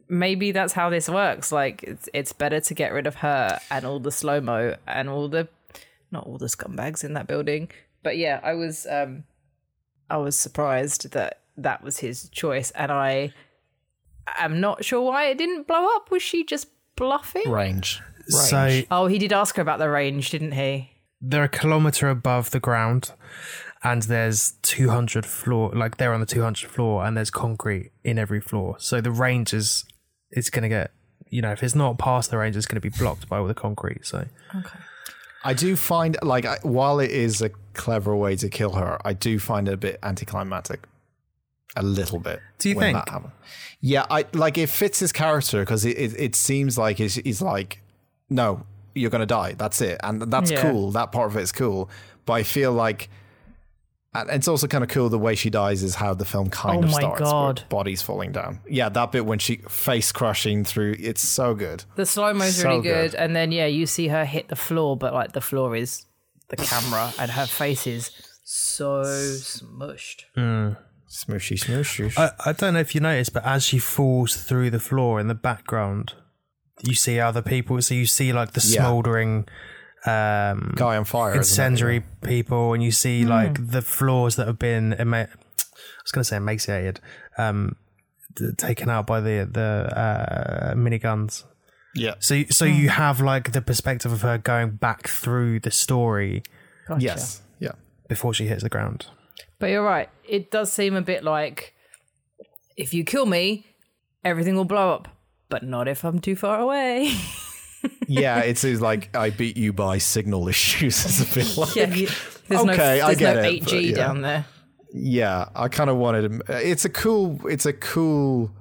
Maybe that's how this works. Like, it's it's better to get rid of her and all the slow mo and all the, not all the scumbags in that building. But yeah, I was um, I was surprised that that was his choice, and I am not sure why it didn't blow up. Was she just bluffing? Range. So Oh, he did ask her about the range, didn't he? they're a kilometer above the ground, and there's 200 floor. Like they're on the 200 floor, and there's concrete in every floor. So the range is it's going to get you know if it's not past the range, it's going to be blocked by all the concrete. So I do find like I, while it is a clever way to kill her, I do find it a bit anticlimactic. A little bit. Do you when think? that happened. yeah, I like it fits his character because it, it it seems like he's, he's like, no, you're gonna die. That's it, and that's Yeah. cool. That part of it is cool, but I feel like. And it's also kind of cool the way she dies is how the film kind Oh of my starts. with God. Bodies falling down. Yeah, that bit when she face crashing through, it's so good. The slow mo's So really good. good. and then yeah, you see her hit the floor, but like the floor is the camera, and her face is so smushed. Smooshy, smooshy. Uh, I, I don't know if you noticed, but as she falls through the floor in the background, you see other people. So you see like the Yeah. smouldering um, Guy on fire. isn't it? incendiary people, and you Hmm. see like the floors that have been. Ema- I was going to say emaciated, um, t- taken out by the the uh, miniguns. Yeah. So so you Hmm. have like the perspective of her going back through the story Yes. Yeah. before she hits the ground. But you're right. It does seem a bit like if you kill me, everything will blow up. But not if I'm too far away. yeah, it seems like I beat you by signal issues. It's a bit like, yeah, yeah. you- there's no, Okay, there's I get no it, 8G but yeah. down there. I kind of wanted. It's a cool. It's a cool,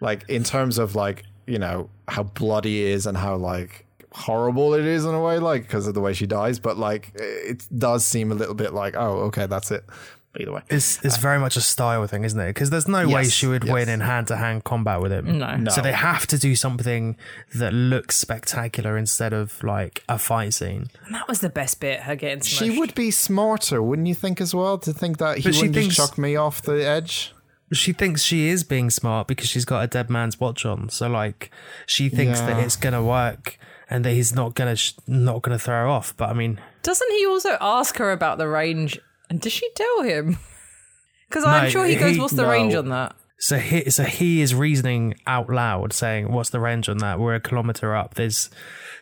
like in terms of like you know how bloody it is and how like horrible it is in a way, like because of the way she dies. But like it does seem a little bit like oh okay that's it. But either way, It's it's very much a style thing, isn't it? Because there's no way Uh, Yes, she would yes. win in hand to hand combat with him. No. No. So they have to do something that looks spectacular instead of like a fight scene. And that was the best bit, her getting smushed. she would be smarter, wouldn't you think as well? To think that he But she wouldn't just thinks- chuck me off the edge. She thinks she is being smart because she's got a dead man's watch on. So like she thinks that Yeah. it's gonna work and that he's not gonna sh- not gonna throw her off. But I mean, Doesn't he also ask her about the range? And does she tell him? Because I'm No, sure he goes, he- what's the no. range on that? so he so he is reasoning out loud, saying, "What's the range on that? We're a kilometer up. There's."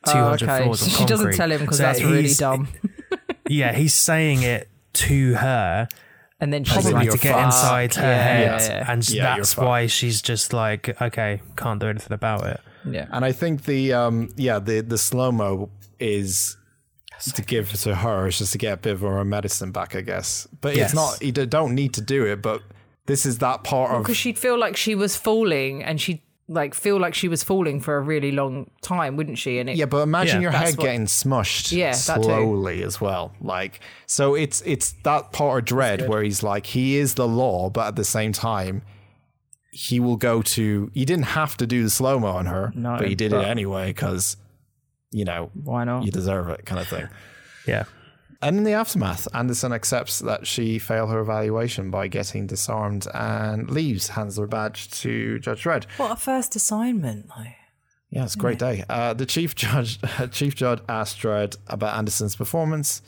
200 Oh, okay. floors of She doesn't concrete." tell him because So that's really he's- dumb. Yeah, he's saying it to her And then She's she's like like, to get inside her head, yeah. and Yeah, you're that's fucked. why she's just like, okay, can't do anything about it. yeah. And I think the um yeah the the slow mo is to give to her is just to get a bit of her medicine back, I guess. But Yes. it's not you d- don't need to do it. But this is that part of Because she'd feel like she was falling and she'd like feel like she was falling for a really long time, wouldn't she? And it, yeah. But imagine Yeah. your That's head what- getting smushed Yeah, that too. slowly as well. Like so, it's it's that part of dread where he's like he is the law, but at the same time. He will go to. He didn't have to do the slow mo on her, No, but he did but- it anyway because, you know, why not? you deserve it, kind of thing. Yeah. And in the aftermath, Anderson accepts that she failed her evaluation by getting disarmed and leaves, hands her badge to Judge Red. What a first assignment, though. Yeah, it's a great day. Uh, the chief judge, uh, Chief Judge asked Dredd about Anderson's performance.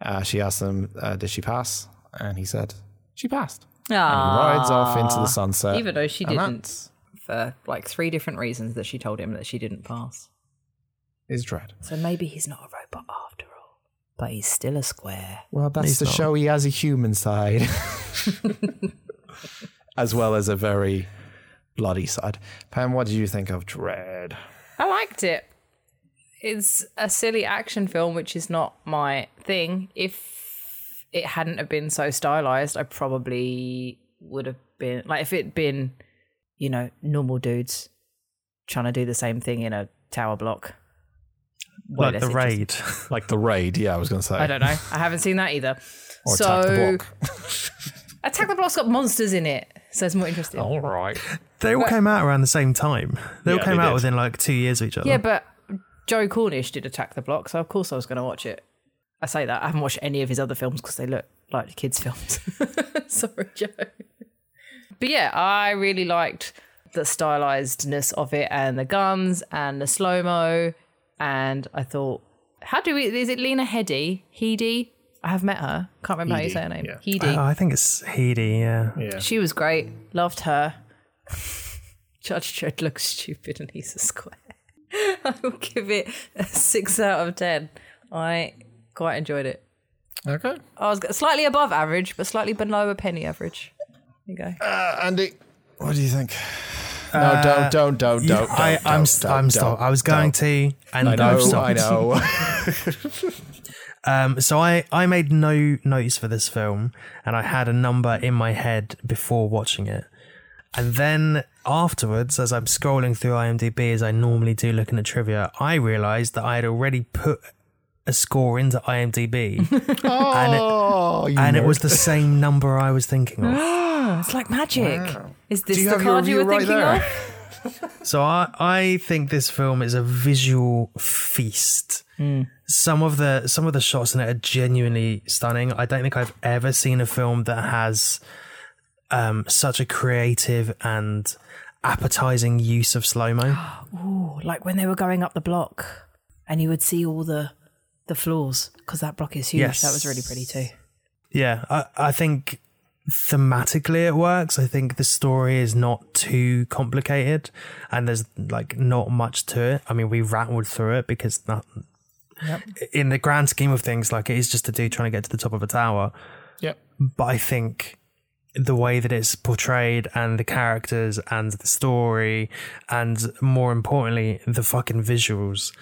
Uh, she asked him, uh, "Did she pass?" And he said, "She passed." And he rides off into the sunset. Ah. Even though she And didn't, for like three different reasons that she told him that she didn't pass. that Is Dredd? So maybe he's not a robot after all, but he's still a square. Well, that's He's to not. show he has a human side, as well as a very bloody side. Pam, what did you think of Dredd? I liked it. It's a silly action film, which is not my thing. If it hadn't have been so stylized, I probably would have been like if it'd been, you know, normal dudes trying to do the same thing in a tower block. Way like less the interesting. raid. Like the raid, yeah, I was going to say. I don't know. I haven't seen that either. Or so attack the block. Attack the Block's got monsters in it, so it's more interesting. All right. they all came out around the same time. They all Yeah, came they out did. within like two years of each other. Yeah, but Joe Cornish did Attack the Block, so of course I was going to watch it. I say that I haven't watched any of his other films because they look like kids' films. Sorry, Joe. But yeah, I really liked the stylizedness of it and the guns and the slow mo. And I thought, how do we? Is it Lena Headey? Headey? I have met her. Can't remember how you say her name. Headey. Oh, I think it's Heedy, yeah. She was great. Loved her. Judge Dredd looks stupid and he's a square. I will give it a six out of ten. I quite enjoyed it. Okay. I was slightly above average, but slightly below a penny average. There you go. Andy, what do you think? Uh, No, don't, don't, don't, You- don't. I, don't, I'm, don't, st- don't, I'm stop. don't. I was going to, and I know, I've stopped. I know. Um, so I, I made no notes for this film, and I had a number in my head before watching it. And then afterwards, as I'm scrolling through IMDb, as I normally do looking at trivia, I realized that I had already put a score into IMDb. Oh, and Oh. it, and it was the same number I was thinking of. It's like magic. Is this Do you the have your card you review were right thinking there? of? So I, I think this film is a visual feast. Some of the some of the shots in it are genuinely stunning. I don't think I've ever seen a film that has um, such a creative and appetizing use of slow mo. like when they were going up the block and you would see all the the floors because that block is huge Yes. that was really pretty too Yeah, I, I think thematically it works. I think the story is not too complicated, and there's like not much to it. I mean, we rattled through it because that, in the grand scheme of things, like it is just a dude trying to get to the top of a tower. Yep. But I think the way that it's portrayed and the characters and the story and more importantly the fucking visuals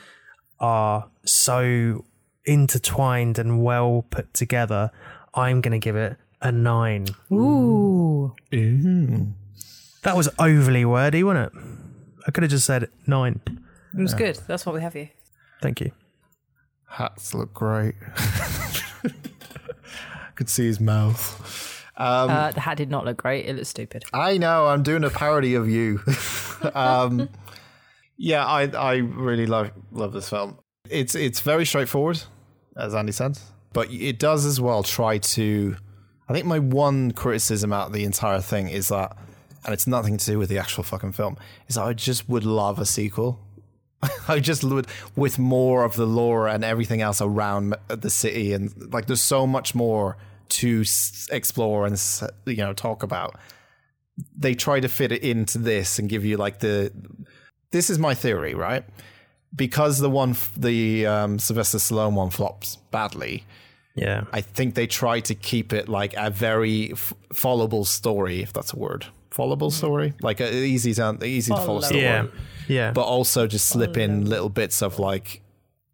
are so intertwined and well put together, I'm going to give it a nine. ooh That was overly wordy, wasn't it? I could have just said nine. It was good. That's what we have here. Thank you. Hats look great. Could see his mouth. Um, uh, the hat did not look great. It looked stupid. I know. I'm doing a parody of you. um, yeah, I I really love love this film. It's it's very straightforward, as Andy said, but it does as well try to. I think my one criticism out of the entire thing is that, and it's nothing to do with the actual fucking film, is that I just would love a sequel. I just would with more of the lore and everything else around the city, and like there's so much more to s- explore and s- you know talk about they try to fit it into this and give you like the this is my theory right because the one f- the um, sylvester stallone one flops badly Yeah. i think they try to keep it like a very f- followable story if that's a word followable story like a easy to easy to follow story yeah. Yeah. but also just slip in little bits of like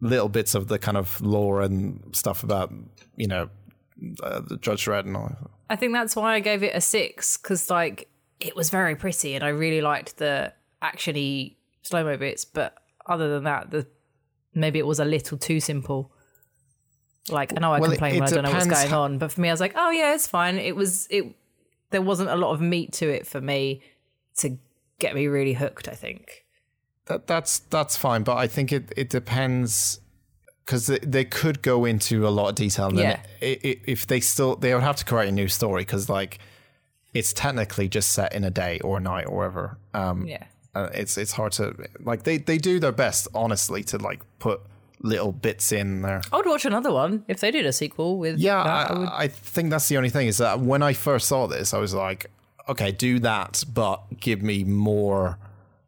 little bits of the kind of lore and stuff about you know uh, the judge Dredd and all that. I think that's why I gave it a six because like it was very pretty and I really liked the actiony slow mo bits. But other than that, the maybe it was a little too simple. Like I know I Well, it- complain it when I don't know what's depends going how- on, but for me, I was like, oh yeah, it's fine. It was it. There wasn't a lot of meat to it for me to get me really hooked. I think. that that's that's fine, but I think it it depends because they, they could go into a lot of detail. And then i- i- if they still they would have to create a new story because like it's technically just set in a day or a night or whatever. Um, Yeah. uh, it's it's hard to like they they do their best honestly to like put little bits in there. I would watch another one if they did a sequel with. Yeah, that, I, I think that's the only thing is that when I first saw this, I was like, okay, do that, but give me more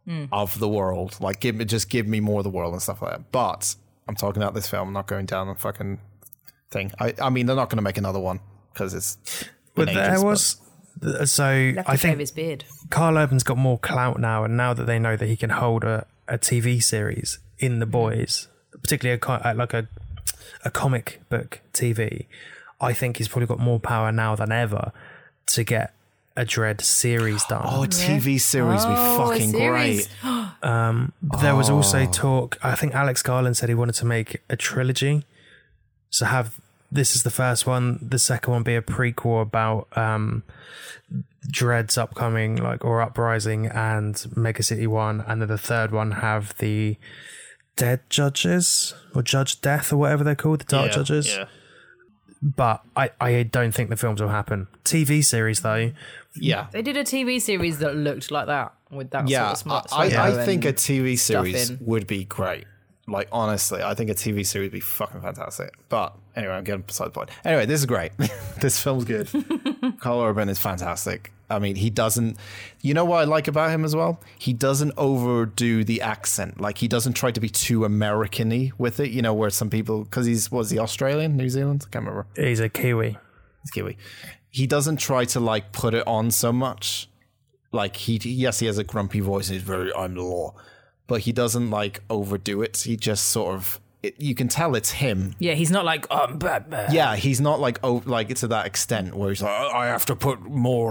Hmm. of the world. Like, give me just give me more of the world and stuff like that. But I'm talking about this film, not going down the fucking thing. I, I mean, they're not going to make another one because it's. been but ages, there was. So I think his beard. Carl Urban's got more clout now, and now that they know that he can hold a, a TV series in the boys, particularly a co- uh, like a a comic book TV, I think he's probably got more power now than ever to get a Dread series done. Oh, a TV series Oh, a would be fucking series. great. But there was also talk. I think Alex Garland said he wanted to make a trilogy, so have this is the first one, the second one be a prequel about um, Dread's upcoming like or uprising and Mega City One, and then the third one have the Oh, Dead Judges or Judge Death or whatever they're called, the Dark Judges. But I, I don't think the films will happen. TV series though, Yeah. They did a TV series that looked like that with that sort Yeah. of smart. I, I, slow-mo I think a and TV stuff series in. would be great. Like, honestly, I think a TV series would be fucking fantastic. But anyway, I'm getting beside the point. Anyway, this is great. this film's good. Carl Urban is fantastic. I mean, he doesn't. You know what I like about him as well? He doesn't overdo the accent. Like, he doesn't try to be too American y with it, you know, where some people. Because he's, was he Australian, New Zealand? I can't remember. he's a Kiwi. It's Kiwi. He doesn't try to like put it on so much. Like he, yes, he has a grumpy voice. And he's very I'm the law, but he doesn't like overdo it. He just sort of. It, you can tell it's him. yeah, he's not like um, I'm Batman. Yeah, he's not like oh, like to that extent where he's like I I have to put more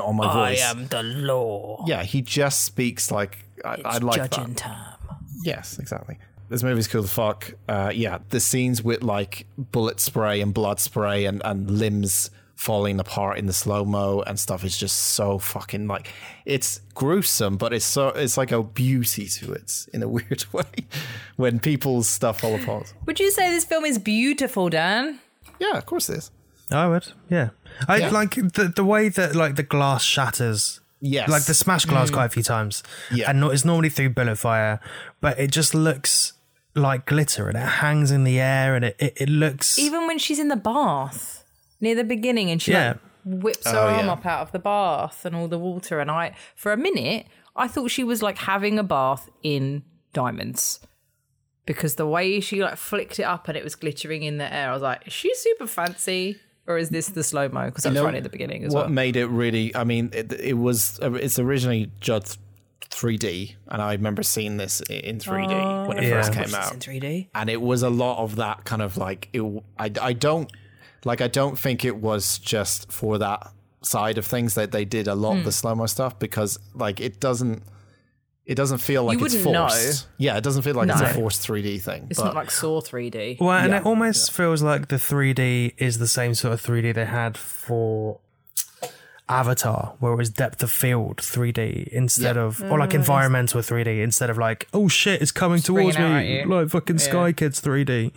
on Ah, my voice. the law. Yeah, he just speaks like I, I like that. time. Yes, exactly. This movie's cool as fuck. Uh, yeah, the scenes with like bullet spray and blood spray and, and limbs falling apart in the slow mo and stuff is just so fucking like it's gruesome, but it's so it's like a beauty to it in a weird way when people's stuff fall apart. Would you say this film is beautiful, Dan? Yeah, of course it is. I would, yeah. I Yeah. like the the way that like the glass shatters. Yes. Like the smash glass quite a few times. Yeah. And no- it's normally through bullet fire, but it just looks like glitter and it hangs in the air and it, it, it looks Even when she's in the bath near the beginning and she Yeah. like, whips her Oh, arm up out of the bath and all the water, and I for a minute I thought she was like having a bath in diamonds. Because the way she like flicked it up and it was glittering in the air, I was like, is she super fancy? Or is this the slow mo? Because that's know right at the beginning as what well. made it really i mean it, it was it's originally just 3d and i remember seeing this i- in 3d when it Yeah. first Watch came out in 3D. and it was a lot of that kind of like it, I, I don't like i don't think it was just for that side of things that they did a lot of the Hmm. slow-mo stuff because like it doesn't it doesn't feel like it's wouldn't know. forced yeah it doesn't feel like it's a No. forced 3d thing It's not like Saw 3D. Well, and it almost feels like the 3D is the same sort of 3D they had for Avatar, where it was depth of field 3D instead of, or like environmental 3D instead of like, oh shit, it's coming towards out at me, you. like fucking Sky Kids 3D.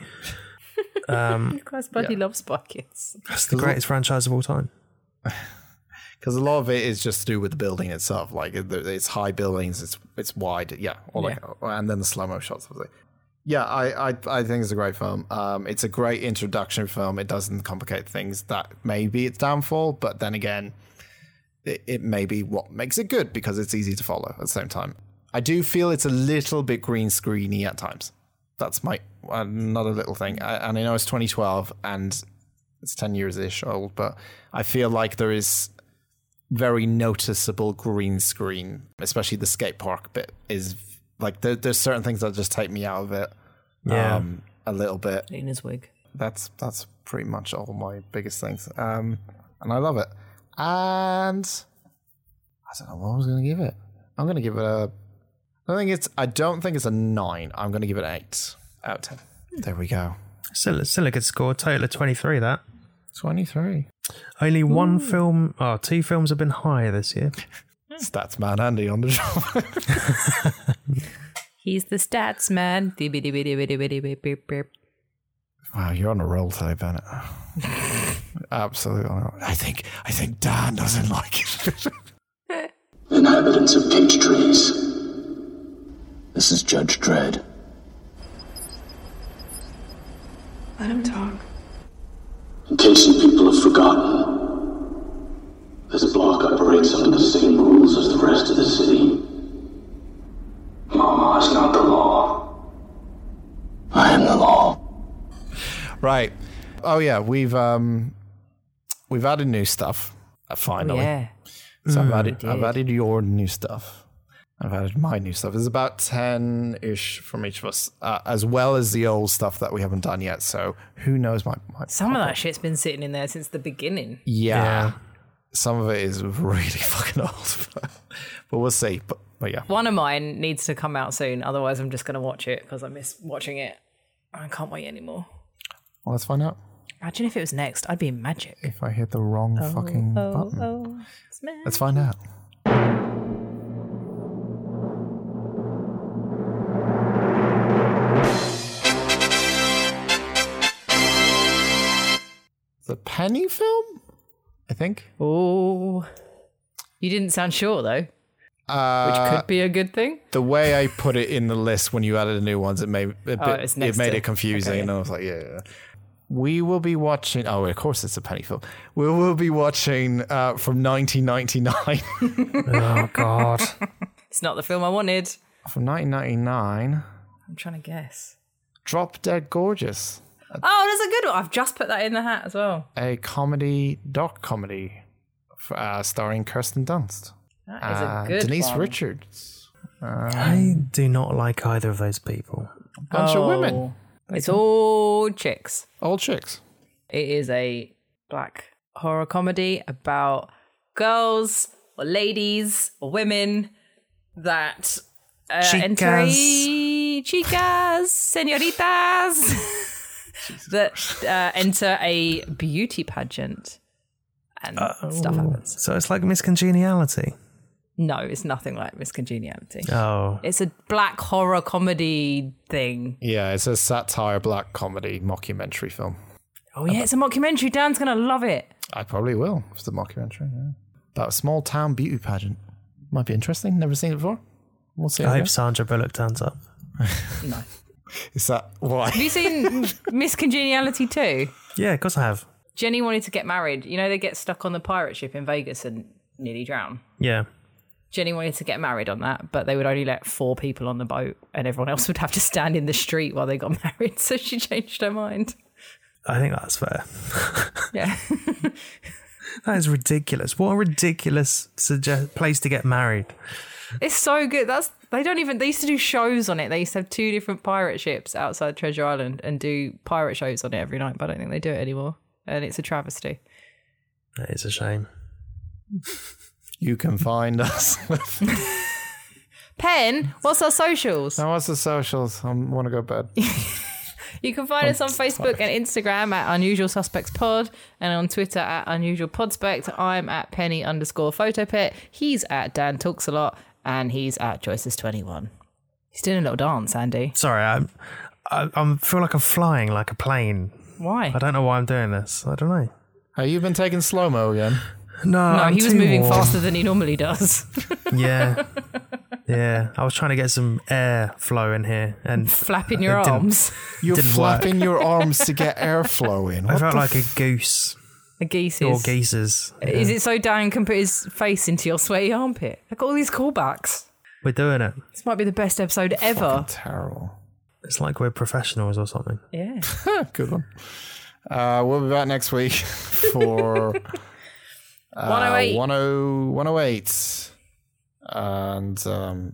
Christ, bloody loves Spy Kids. That's the greatest franchise of all time. because a lot of it is just to do with the building itself. Like it- it's high buildings, it's it's wide, yeah, all like- and then the slow mo shots. Obviously. Yeah, I, I I think it's a great film. Um, it's a great introduction film. It doesn't complicate things. That may be its downfall, but then again, it, it may be what makes it good because it's easy to follow. At the same time, I do feel it's a little bit green screeny at times. That's my another little thing. I, and I know it's 2012 and it's 10 years ish old, but I feel like there is very noticeable green screen, especially the skate park bit is like there, there's certain things that just take me out of it. Yeah. Um, a little bit. Luna's wig. That's that's pretty much all my biggest things. Um, and I love it. And I don't know what I was gonna give it. I'm gonna give it a I think it's I don't think it's a nine. I'm gonna give it an eight out of ten. There we go. Still, still a good score. Total of 23, that. Twenty three. Only one film, oh, two films have been higher this year. Stats man Andy on the job. He's the stats man. Wow, you're on a roll today, Bennett. Absolutely on a roll. I think I think Dan doesn't like it. Inhabitants of Page Trees. This is Judge Dredd. Let him talk. In case you people have forgotten, this block operates under the same rules as the rest of the city. Mama is not the law. I am the law. right. Oh yeah, we've um we've added new stuff. Uh, finally. Yeah. So I've added I've added your new stuff. I've added my new stuff. There's about ten ish from each of us, uh, as well as the old stuff that we haven't done yet. So who knows? My, my Some of that shit's been sitting in there since the beginning. yeah. Some of it is really fucking old, but, but we'll see. But, but yeah, One of mine needs to come out soon, otherwise I'm just gonna watch it because I miss watching it. I can't wait anymore. well, let's find out Imagine if it was next, I'd be in magic. if I hit the wrong fucking button. Oh, Let's find out. the Penny film, I think. Oh, you didn't sound sure though, which could be a good thing. Uh, The way I put it in the list when you added the new ones, it made a bit, Oh, it's it, next made to- it confusing, and I was like, yeah. We will be watching. Oh, of course, it's a penny film. We will be watching uh, from 1999. Oh God. It's not the film I wanted. from 1999, I'm trying to guess. Drop Dead Gorgeous, Oh, that's a good one. I've just put that in the hat as well. a comedy doc comedy, f- uh, starring Kirsten Dunst, That is uh, a good Denise one. Richards, I do not like either of those people. bunch of women, Oh. It's all chicks. old chicks. It is a black horror comedy about girls or ladies or women that uh, enter a- chicas, senoritas that uh, enter a beauty pageant and stuff happens. So it's like miscongeniality. No, it's nothing like Miss Congeniality. Oh, It's a black horror comedy thing. Yeah, it's a satire black comedy mockumentary film. Oh yeah, it's a mockumentary. Dan's gonna love it. I probably will for the mockumentary. Yeah. About a small town beauty pageant. Might be interesting. Never seen it before. We'll see. I how it hope goes. Sandra Bullock turns up. Is that Have why? you seen Miss Congeniality too? Yeah, of course I have. Jenny wanted to get married. You know, they get stuck on the pirate ship in Vegas and nearly drown. Yeah. Jenny wanted to get married on that, but they would only let four people on the boat and everyone else would have to stand in the street while they got married. So she changed her mind. I think that's fair. Yeah. That is ridiculous. What a ridiculous suggest- place to get married. it's so good. That's they don't even they used to do shows on it. They used to have two different pirate ships outside Treasure Island and do pirate shows on it every night, but I don't think they do it anymore. And it's a travesty. That is a shame. You can find us. Pen, what's our socials? now, what's the socials? I want to go to bed. You can find us on Facebook and Instagram at Unusual Suspects Pod and on Twitter at Unusual Podspect. I'm at Penny underscore Photopet. He's at Dan Talks a Lot and he's at Choices21. He's doing a little dance, Andy. Sorry, I'm, I, I feel like I'm flying like a plane. Why? I don't know why I'm doing this. I don't know. Have you been taking slow mo again? No, No, I'm he was too moving warm. faster than he normally does. Yeah. Yeah. I was trying to get some air flow in here and Flapping your It didn't- arms. You're Didn't flapping your arms to get airflow in. I What felt the like a goose The geese or is. geese's. Is it so Dan can put his face into your sweaty armpit? I got all these callbacks. We're doing it. This might be the best episode ever. terrible. It's like we're professionals or something. Yeah. Good one. Uh, we'll be back next week for uh, 10- 108. 108. And um,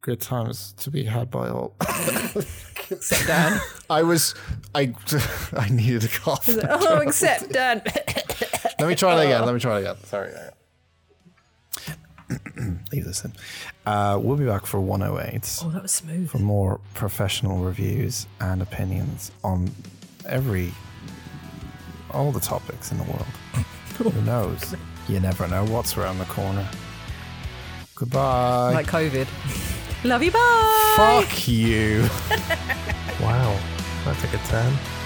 good times to be had by all. Except Dan. I was, I, I needed a cough. oh, except Dan. Let me try that again. Let me try that again. Sorry. Leave this in. Uh, we'll be back for 108 oh, that was smooth. for more professional reviews and opinions on every, all the topics in the world. Who knows? You never know what's around the corner. Goodbye. Like COVID. Love you, bye. Fuck you. Wow. That's a good turn.